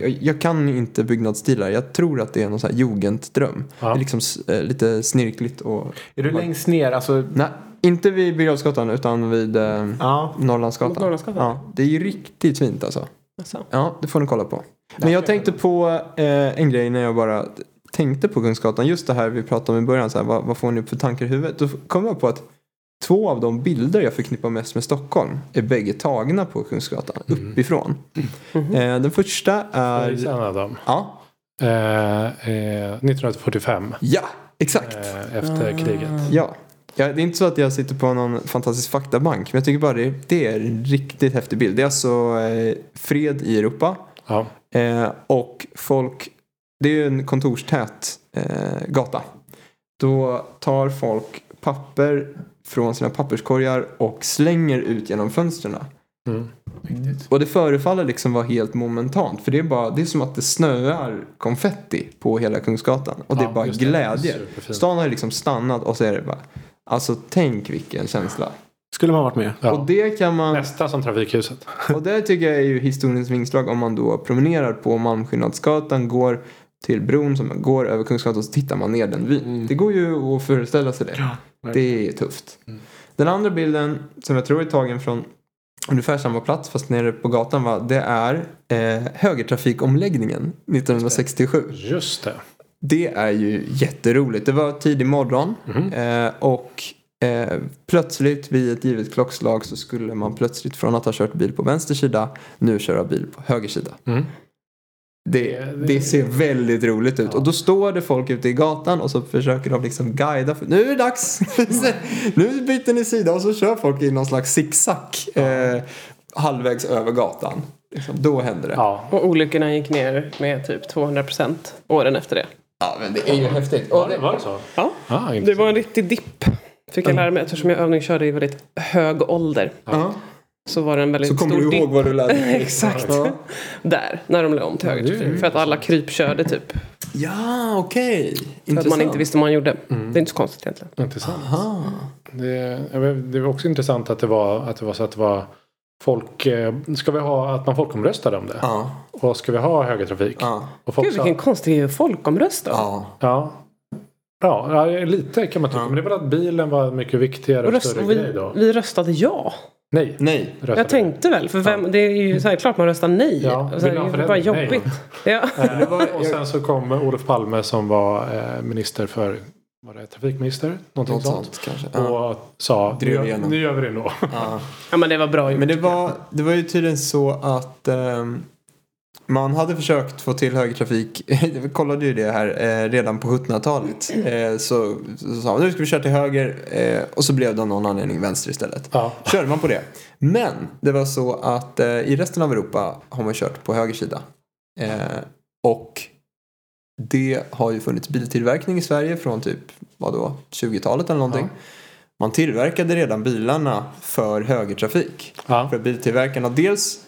jag, jag kan inte byggnadsstilar. Jag tror att det är någon sån här jugenddröm.
Ja.
Det är liksom s- eh, lite snirkligt och...
Är du längst ner? Alltså,
Nej, inte vid Birger Jarlsgatan, utan vid eh,
ja.
Norrlandsgatan.
Mot Norrlandsgatan?
Ja, det är ju riktigt fint alltså.
Alltså.
Ja, det får ni kolla på. Men jag tänkte på eh, en grej när jag bara tänkte på Kungsgatan. Just det här vi pratade om i början, så här, vad, vad får ni upp för tankar i huvudet? Då kom jag på att två av de bilder jag förknippar mest med Stockholm är bägge tagna på Kungsgatan, uppifrån. Eh, den första
Det
är...
är en av dem.
Ja,
Eh, eh, 1945.
ja exakt. Ah.
Eh, efter kriget.
Ja. ja. Det är inte så att jag sitter på någon fantastisk faktabank. Men jag tycker bara det, det är en riktigt häftig bild. Det är alltså eh, fred i Europa.
Ja.
Eh, och folk, det är ju en kontorstät eh, gata. Då tar folk papper från sina papperskorgar och slänger ut genom fönstren.
Mm.
Och det förefaller liksom vara helt momentant. För det är, bara, det är som att det snöar konfetti på hela Kungsgatan. Och det
Ja,
är bara
just det.
glädje.
Superfint.
Stan har ju liksom stannat och så är det bara, alltså tänk vilken känsla.
Skulle man varit med?
Ja.
Och det kan
(laughs)
man,
Nästan som Trafikhuset.
och det tycker jag är ju historiens vingslag om man då promenerar på Malmskillnadsgatan, går till bron som går över Kungsgatan och så tittar man ner den vyn. Det går ju att föreställa sig det. det är tufft. Den andra bilden som jag tror är tagen från ungefär samma plats fast nere på gatan va, det är eh, högertrafikomläggningen 1967.
Just det.
Det är ju jätteroligt. Det var tidig morgon
Mhm.
eh, och eh, plötsligt vid ett givet klockslag så skulle man plötsligt från att ha kört bil på vänster sida nu köra bil på höger sida.
Mm.
Det, det ser väldigt roligt ut. Och då står det folk ute i gatan och så försöker de liksom guida. För, nu är det dags! (laughs) nu byter ni sida och så kör folk i någon slags zigzag eh, halvvägs över gatan. Liksom, då händer det.
Ja.
Och olyckorna gick ner med typ 200 procent åren efter det.
Ja, men det är ju häftigt. Och
Var det,
det,
var det så?
Ja.
Ah,
Det var en riktig dipp. Fick jag lära mig eftersom jag övningskörde i väldigt hög ålder.
ja.
Så var det en väldigt
Så kommer
stor
du ihåg
dipp
vad du lärde
(laughs)
dig.
Exakt.
Ja.
där. När de la om till
det är
högertrafik. För att alla krypkörde typ. För
Ja, okej.
att man inte visste vad man gjorde. Det är inte så konstigt egentligen.
Intressant.
Ah.
Det, jag vet, det var också intressant att det var, att det var så att det var folk. eh, Ska vi ha att man folkomröstade om det?
Ja,
Och ska vi ha högertrafik?
ja,
Och folk
Gud vilken
sa,
konstig folkomröstning.
ja.
ja, ja, ja, lite kan man tycka. Men det var att bilen var mycket viktigare och,
Röst,
större
och vi,
grej då.
vi röstade ja.
Nej.
Nej.
röstade
Jag tänkte väl, för vem, det är ju så här, klart man röstar nej.
Ja,
Och så här,
vill
det
ha
är ju bara
förändring?
jobbigt. Ja.
Eh, och sen så kom Olof Palme som var eh, minister för var det trafikminister? Någonting
Något
sånt.
sånt kanske. Ja.
Och sa nu,
Drev
gör-
igenom.
nu gör vi det
(laughs)
nog.
Ja.
ja men det var bra gjort.
Men det var, det var ju tydligen så att ehm, man hade försökt få till högertrafik. Vi (laughs) kollade ju det här eh, redan på 1700-talet. Eh, så, så sa man nu ska vi köra till höger eh, och så blev det av någon anledning vänster istället.
Ja.
Körde man på det. Men det var så att eh, i resten av Europa har man kört på höger sida. Eh, och det har ju funnits biltillverkning i Sverige från typ vadå, 20-talet eller någonting. Man tillverkade redan bilarna för högertrafik.
Ja.
För biltillverkarna dels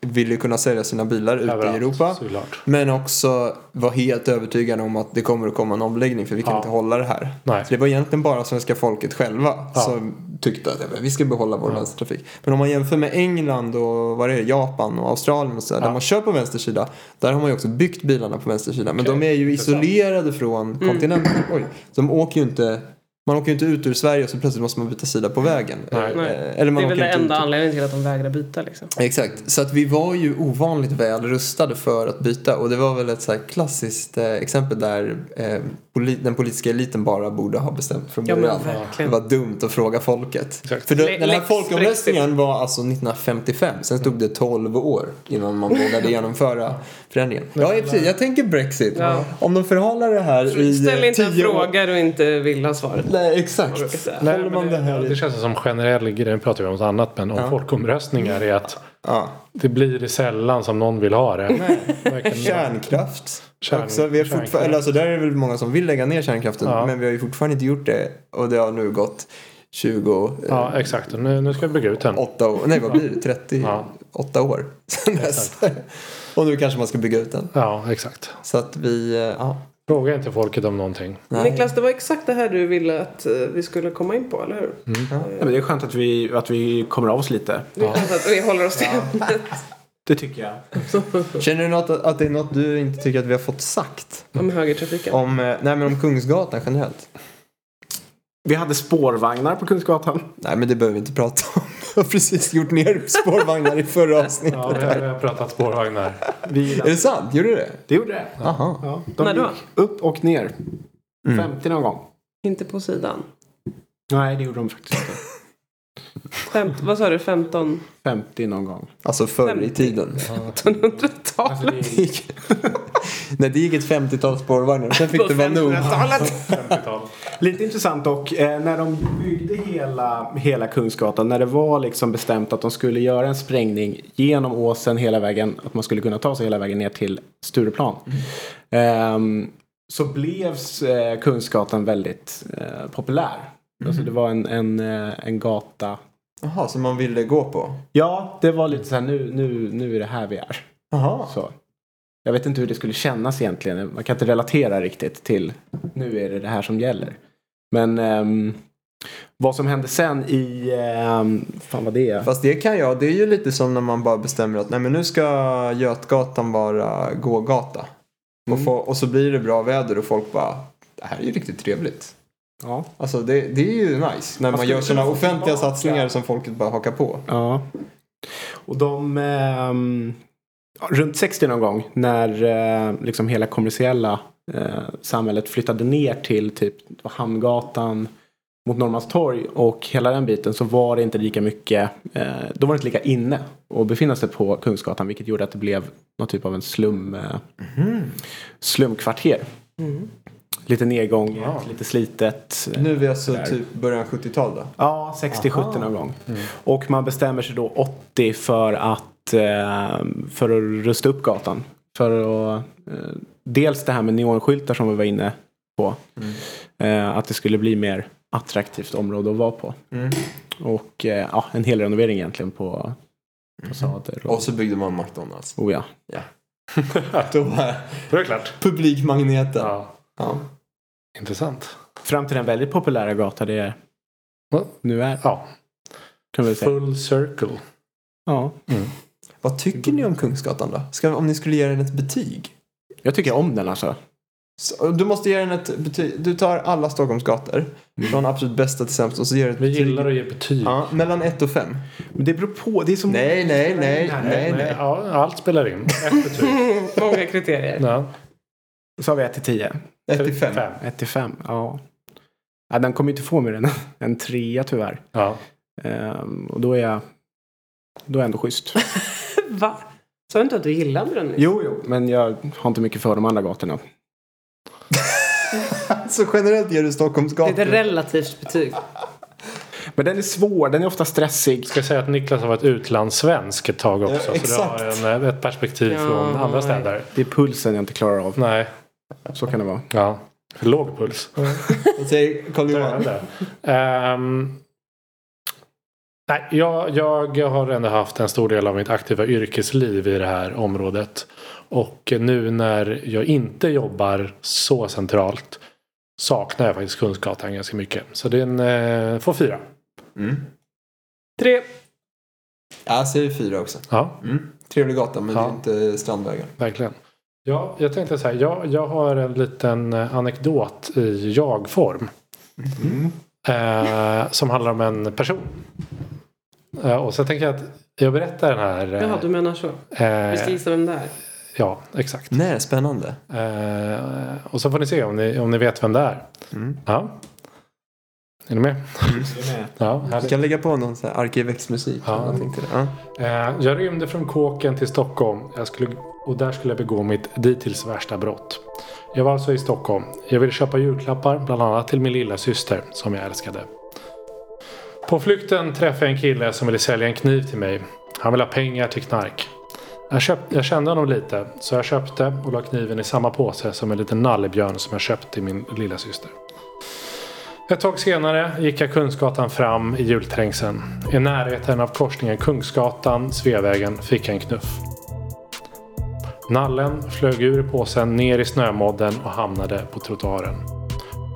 ville kunna sälja sina bilar ute
Överallt,
i Europa.
Såklart.
Men också var helt övertygade om att det kommer att komma en omläggning för vi kan
Ja.
inte hålla det här.
Nej.
Så det var egentligen bara svenska folket själva
Ja.
som tyckte att ja, men vi ska behålla vår vänstertrafik. Men om man jämför med England och vad är det, Japan och Australien och så där, där man kör på vänstersida. Där har man ju också byggt bilarna på vänstersida. Men de är ju isolerade från
Mm.
kontinenten. Oj, så de åker ju inte, man åker ju inte ut ur Sverige och så plötsligt måste man byta sida på vägen. Eh,
Nej.
Eller man
Det är väl
åker inte
den
ut
enda
ur-
anledningen till att de vägrar byta liksom.
Exakt, så att vi var ju ovanligt väl rustade för att byta och det var väl ett så här klassiskt eh, exempel där eh, poli- den politiska eliten bara borde ha bestämt från
Ja, men
början. det
verkligen.
var dumt att fråga folket.
Exakt.
För det,
Le-
den här
lex
folkomröstningen var alltså 1955, sen tog det 12 år innan man
(laughs)
vågade genomföra förändringen. Ja, precis, jag tänker Brexit.
Ja.
Om de förhalar det här i
Ställ
eh,
inte en
10 år.
fråga du inte vill ha svaret
Nej, exakt.
Så här.
Nej,
Håller
men
man
det,
det här
det
i-
känns som generell grej, nu pratar vi om något annat, men om folkomröstningar är att
Ja.
det blir sällan som någon vill ha det.
(laughs)
Varken-
Kärnkraft.
Kärn-
också, vi har
kärnkraft.
fortfar- eller alltså, där är det väl många som vill lägga ner kärnkraften
Ja.
men vi har ju fortfarande inte gjort det och det har nu gått 20,
Ja, exakt. Och Nu, nu ska vi bygga ut den.
8 år, nej vad blir det, 38 år sedan dess. och nu kanske man ska bygga ut den.
Ja, exakt.
Så att vi, eh, ja.
Fråga inte folket om någonting.
Nej.
Niklas, det var exakt det här du ville att eh, vi skulle komma in på, eller hur?
Ja, men det är skönt att vi, att vi kommer av oss lite.
Det är skönt att vi håller oss till ämnet.
Det tycker jag.
Känner du något, att det är något du inte tycker att vi har fått sagt?
Om högertrafiken.
Om, eh, nej men om Kungsgatan generellt?
Vi hade spårvagnar på Kungsgatan.
Nej men det behöver vi inte prata om. (laughs) Jag har precis gjort ner spårvagnar i förra avsnittet.
Ja, vi har, vi har pratat spårvagnar.
Vi,
Är det sant? Gjorde du det?
det gjorde det.
Aha.
Ja, de
När då?
gick upp och ner. 50 någon gång.
Inte på sidan.
Nej, det gjorde de faktiskt inte.
Fem, vad sa du, 15?
50 någon gång.
Alltså förr i tiden.
1900-tal? (laughs)
Det gick- Nej, det gick ett 50-tal spårvagnar. Sen fick det vara nog.
50-tal.
Lite intressant och eh, när de byggde hela, hela Kungsgatan, när det var liksom bestämt att de skulle göra en sprängning genom åsen hela vägen, att man skulle kunna ta sig hela vägen ner till Stureplan. Ehm, så blev eh, Kungsgatan väldigt eh, populär. Alltså det var en, en, eh, en gata.
Jaha, som man ville gå på?
Ja, det var lite så här nu, nu, nu är det här vi är.
Jaha.
Så. Jag vet inte hur det skulle kännas egentligen. Man kan inte relatera riktigt till nu är det det här som gäller. Men ehm, vad som hände sen i, ehm, fan vad det är.
Fast det kan jag. Det är ju lite som när man bara bestämmer att nej, men nu ska Götgatan vara gågata. Och, få, och så blir det bra väder och folk bara det här är ju riktigt trevligt.
Ja.
Alltså det, det är ju nice när man
skulle
gör sådana
kunna få
offentliga
tillbaka-
satsningar som folket bara hakar på.
ja. Och de, ehm, ja, runt 60 någon gång när eh, liksom hela kommersiella eh, samhället flyttade ner till typ Hamngatan mot Norrmalmstorg och hela den biten så var det inte lika mycket, eh, då var det inte lika inne att befinna sig på Kungsgatan vilket gjorde att det blev någon typ av en slum, eh, slumkvarter. Lite nedgång, lite slitet. eh,
Nu är vi alltså typ början 70-tal då.
Ja, 60-70 någon gång.
Mm.
Och man bestämmer sig då 80 för att, eh, för att rusta upp gatan. För att, eh, dels det här med neonskyltar som vi var inne på.
Mm.
Eh, att det skulle bli mer attraktivt område att vara på.
Mm.
Och eh, ja, en hel renovering egentligen på fasader.
Mm.
Och,
Och så byggde man McDonalds.
oh ja.
Då var
Det är klart.
publikmagneten.
Ja,
Ja.
intressant.
Fram till den väldigt populära gata det
Va?
nu är.
Ja,
Kan vi väl säga.
full circle.
Ja.
Vad tycker ni om Kungsgatan då? Ska, om ni skulle ge den ett betyg?
Jag tycker om den alltså.
Så, du måste ge den ett betyg. Du tar alla Stockholmsgator. Från absolut bästa till sämst och så ger du ett
Vi
betyg.
gillar att ge betyg.
Ja, mellan 1 och 5.
Men det beror på. Det är som
Nej, nej, nej, nej,
Nej,
nej.
ja, allt spelar in. Ett betyg.
Många kriterier.
Ja.
Så har vi 1 till 10.
1 till 5.
Fem.
1 till 5, ja. ja. Den kommer ju inte få mer än (laughs) en trea tyvärr.
Ja.
Ehm, och då är jag då är jag ändå schysst.
Va? Sa du inte att du gillade den? nyss?
(laughs) Jo, jo. Men jag har inte mycket för de andra gatorna.
Så generellt ger du
Det är ett
Stockholmsgator.
relativt betyg.
Men den är svår, den är ofta stressig.
Ska jag säga att Niklas har varit utlandssvensk ett tag också.
Ja,
Så du har en, ett perspektiv
Ja,
från andra
nej.
städer.
Det är pulsen jag inte klarar av.
Nej.
Så kan det vara.
Ja. Låg puls.
Jag säger Karl Johan.
Döende. Ehm, nej, jag, jag har ändå haft en stor del av mitt aktiva yrkesliv i det här området. Och nu när jag inte jobbar så centralt saknar jag faktiskt Kungsgatan ganska mycket. Så den eh, får fyra.
Tre.
Mm. Jag säger fyra också.
Ja.
Mm. Trevlig gata men
Ja.
det är inte strandvägar.
Verkligen. Ja, jag tänkte så här. Jag, jag har en liten eh, anekdot i jag-form.
Mm.
Eh, som handlar om en person. Eh, och så tänker jag att jag berättar den här. eh,
Jaha, du menar så. Vi ska
eh,
gissa vem det är.
ja, exakt.
Nej, spännande.
Eh, och så får ni se om ni, om ni vet vem det är.
Mm.
Ja. Är ni med? Ja,
Vi
härligt.
kan lägga på någon sån här arkivexmusik.
Ja.
eller någonting till det. Ja.
Eh, jag rymde från kåken till Stockholm jag skulle, och där skulle jag begå mitt dittills värsta brott. Jag var alltså i Stockholm. Jag ville köpa julklappar, bland annat till min lilla syster som jag älskade. På flykten träffade jag en kille som ville sälja en kniv till mig. Han ville ha pengar till knark. Jag, köp, jag kände honom lite, så jag köpte och la kniven i samma påse som en liten nallebjörn som jag köpt till min lilla syster. Ett tag senare gick jag Kungsgatan fram i julträngseln. I närheten av korsningen Kungsgatan-Sveavägen fick jag en knuff. Nallen flög ur påsen ner i snömodden och hamnade på trottoaren.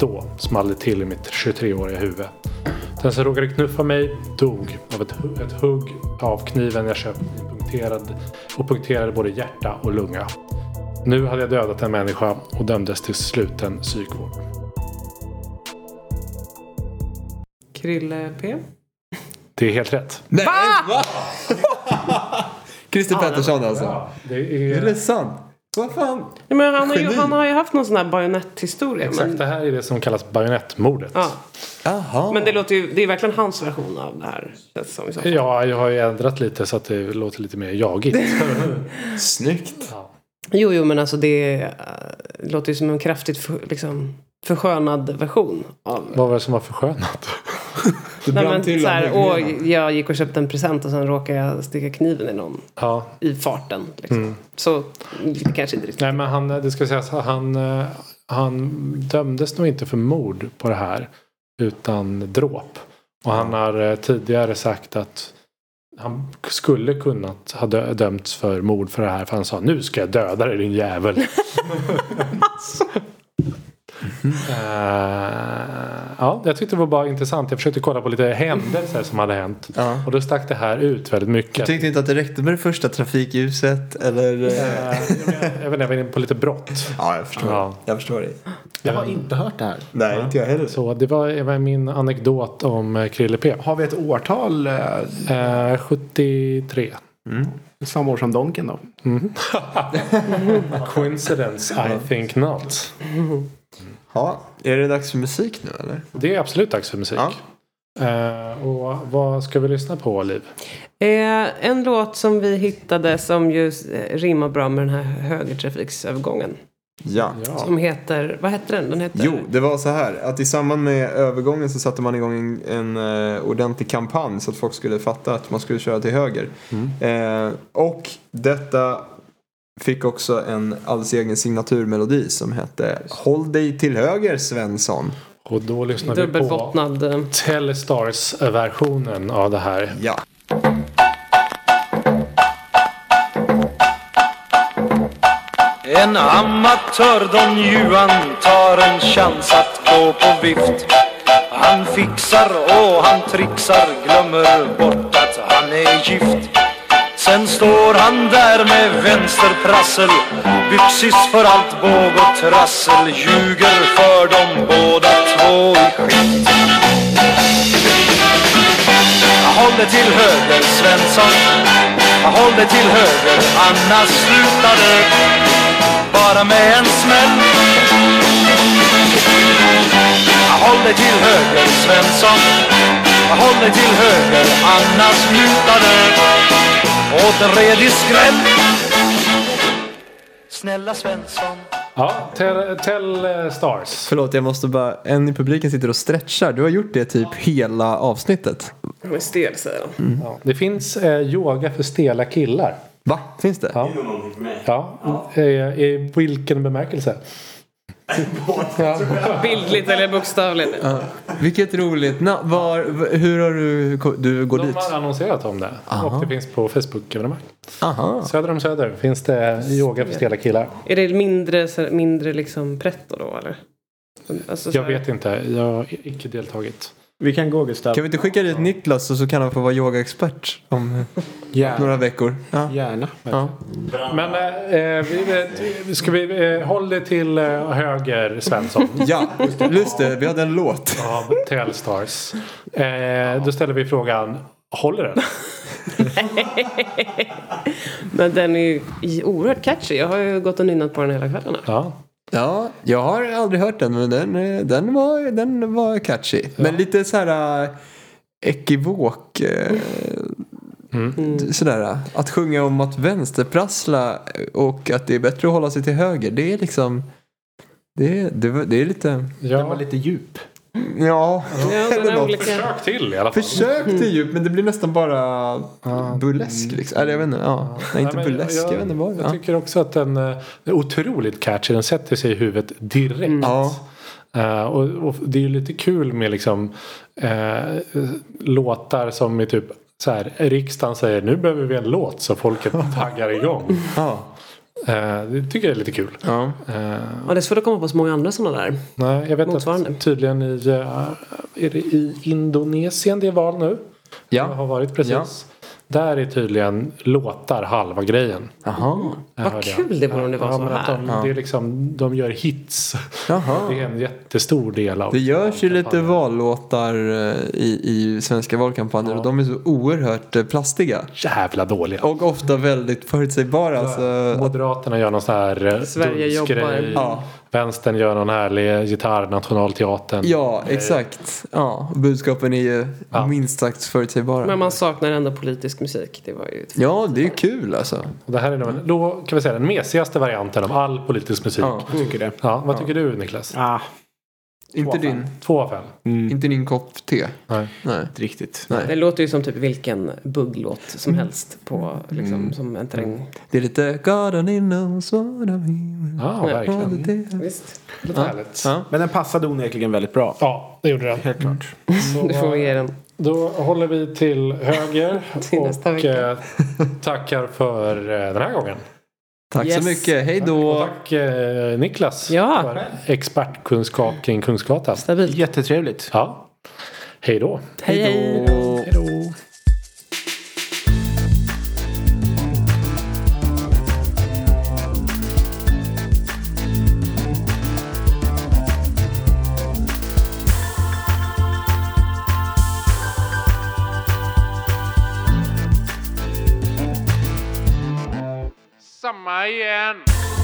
Då small det till i mitt 23-åriga huvud. Den som råkade knuffa mig dog av ett, hu- ett hugg av kniven jag köpt i punkterad, och punkterade både hjärta och lunga. Nu hade jag dödat en människa och dömdes till sluten psykvård.
Krille P.
Det är helt rätt.
Nej, va? Christer Pettersson alltså.
Ja, det
Är
är...
det sant? Vad fan?
Ja, men han, har ju,
Geni.
han har ju haft någon sån här bajonetthistoria.
Exakt,
Men,
det här är det som kallas bajonettmordet.
ja.
Jaha.
men det låter ju, det är verkligen hans version av det här. känns det Som i så fall.
Ja, jag har ju ändrat lite så att det låter lite mer (laughs) jagigt.
Snyggt.
Ja.
Jo, jo, men alltså det eh, låter ju som en kraftigt för, liksom, förskönad version av
Vad var det som var förskönat?
Det
Nej,
brann
men,
till
så här,
av
och
ögonen.
jag gick och köpte en present och sen råkade jag sticka kniven i någon
Ja.
i farten. Liksom. Så det kanske inte riktigt.
Nej, men han, det ska sägas, han, eh, han dömdes nog inte för mord på det här. Utan dråp. Och han har eh, tidigare sagt att han skulle kunnat ha dö- dömts för mord för det här. För han sa nu ska jag döda dig din jävel. Eh, ja, jag tyckte det var bara intressant. Jag försökte kolla på lite händelser som hade hänt.
Ja.
Och då stack det här ut väldigt
Jag
mycket.
tyckte inte att det räckte med det första trafikljuset eller... eh,
Eh, jag menar, jag vet inte, jag var inne på lite brott.
Ja, jag förstår.
Ja.
Jag förstår dig.
Jag har inte hört det här.
Nej, inte jag heller.
Så det var, det var min anekdot om eh, Krille P.
Har vi ett årtal? eh,
Eh, 73.
Samma år som Donken då?
Mm.
(laughs)
Coincidence, I think not.
Ja, är det dags för musik nu eller?
Det är absolut dags för musik.
Ja.
Eh, och vad ska vi lyssna på, Liv?
Eh, en låt som vi hittade som ju eh, rimmar bra med den här högertrafiksövergången.
Ja.
Som heter, vad heter den? Den heter
Jo, det var så här att i samband med övergången så satte man igång en, en eh, ordentlig kampanj så att folk skulle fatta att man skulle köra till höger. Eh, och detta fick också en alldeles egen signaturmelodi som hette Håll dig till höger Svensson.
Och då lyssnar vi på
dubbelbottnad. eh,
Telestars-versionen av det här.
Ja.
En amatör, Don Juan, tar en chans att gå på vift. Han fixar och han trixar, glömmer bort att han är gift. Sen står han där med vänsterprassel, byxis för allt båg och trassel, ljuger för dem båda två i skift. Håll dig till höger, Svensson. Håll dig till höger, annars slutar det bara med en smäll. Håll dig till höger, Svensson. Håll dig till höger, annars lutar det åt en redig skräll. Snälla Svensson.
Ja, Tel- Telestars.
Förlåt, jag måste bara, en i publiken sitter och stretchar. Du har gjort det typ hela avsnittet.
De är stel säger de.
Ja. Det finns eh, yoga för stela killar.
Va? Finns det?
Ja. Ja. Eh, I vilken bemärkelse?
Bildligt eller bokstavligt.
Vilket roligt. Na, var, v- hur har du, ko- du går
De
dit?
har annonserat om det. Och det finns på Facebook-evenemang.
Aha.
Söder om Söder finns det yoga för stela killar.
Är det mindre, så här, mindre liksom pretto då eller? Alltså, så
Jag
här-
vet inte. Jag har icke deltagit.
Vi kan gå Gustav.
Kan vi inte skicka dit Niklas och så kan han få vara yogaexpert om
Gärna.
några veckor? Ja.
Gärna.
Ja.
Men eh, eh, vi- vi- ska vi eh, hålla dig till eh,
(laughs)
höger Svensson?
ja, just det. Vi hade en låt.
av Telstars. Eh, då ställer vi frågan, håller den?
Men den är ju oerhört catchy. Jag har ju gått och nynnat på den hela kvällen. här.
Ja.
Ja, jag har aldrig hört den men den, eh, den, var, den var catchy. Men lite så här eh, ekivok. eh,
Mm.
Sådär, eh, att sjunga om att vänsterprassla eh, och att det är bättre att hålla sig till höger. Det är liksom... Det, är- det, var- det är lite...
Den
ja.
var lite djup.
Ja,
(laughs)
Ja, den
eller
har
något.
olika...
Försök till i alla fall.
Försök till djup men det blir nästan bara burlesk liksom. Eller jag vet inte. Ja. Nej, inte
Nej, men
burlesk. Jag, vet inte vad.
jag
Ja.
tycker också att den eh, är otroligt catchy. Den sätter sig i huvudet direkt.
Mm. Ja.
Eh, och, och det är ju lite kul med liksom eh, låtar som är typ så här, riksdagen säger nu behöver vi en låt så
(laughs)
folket taggar igång.
Ja.
Eh, det tycker jag är lite kul.
Ja.
Eh,
Ja, det är svårt att komma på så många andra sådana där.
Nej, jag vet
Motsvarande.
att tydligen i, eh, är det i Indonesien det är val nu.
Ja.
Det har varit precis. Där är tydligen låtar halva grejen.
Jaha.
Jag
Vad
hörde jag.
kul det vore om det var
ja,
så
men att
här.
De, det är liksom, de gör hits.
Jaha.
Det är en jättestor del av
Det görs ju lite
kampanjen.
vallåtar eh, i, i svenska valkampanjer och de är så oerhört eh, plastiga.
Jävla dåliga.
Och ofta väldigt förutsägbara. Alltså, att,
Moderaterna gör någon sån här eh,
Sverige
dunskgrej.
jobbar.
Ja.
Vänstern gör någon härlig gitarr, nationalteatern.
ja, exakt. Ja, budskapen är ju
Ja.
minst sagt förutsägbara.
Men man saknar ändå politisk musik. Det var ju...
Ja, det är ju kul alltså.
Och Eh, det här är nog, en- då kan vi säga den mesigaste varianten av all politisk musik.
Ja.
Ja.
Jag tycker det.
vad tycker du Niklas?
Ah,
Inte din,
Två av fem?
Mm.
inte din kopp te.
Nej.
Nej.
inte riktigt.
Det låter ju som typ vilken bugglåt som helst på liksom
Mm.
som en terräng.
Det är lite God I knows what I mean.
Ja, verkligen.
All the day.
Visst.
Lite härligt.
Ja.
Men den passade onekligen väldigt bra. Mm.
Ja, det gjorde det.
Helt klart.
(laughs) Du får ge den.
Då håller vi till höger
Till nästa
och
vecka.
eh, tackar för eh, den här gången.
Tack
Yes.
så mycket. Hej
Och
då.
tack eh, Niklas
Ja.
för expertkunskap kring Kungsgatan.
Stabilt.
Jättetrevligt.
Ja. Hej då.
Hej, hej.
då.
Hej då.
Samma igen.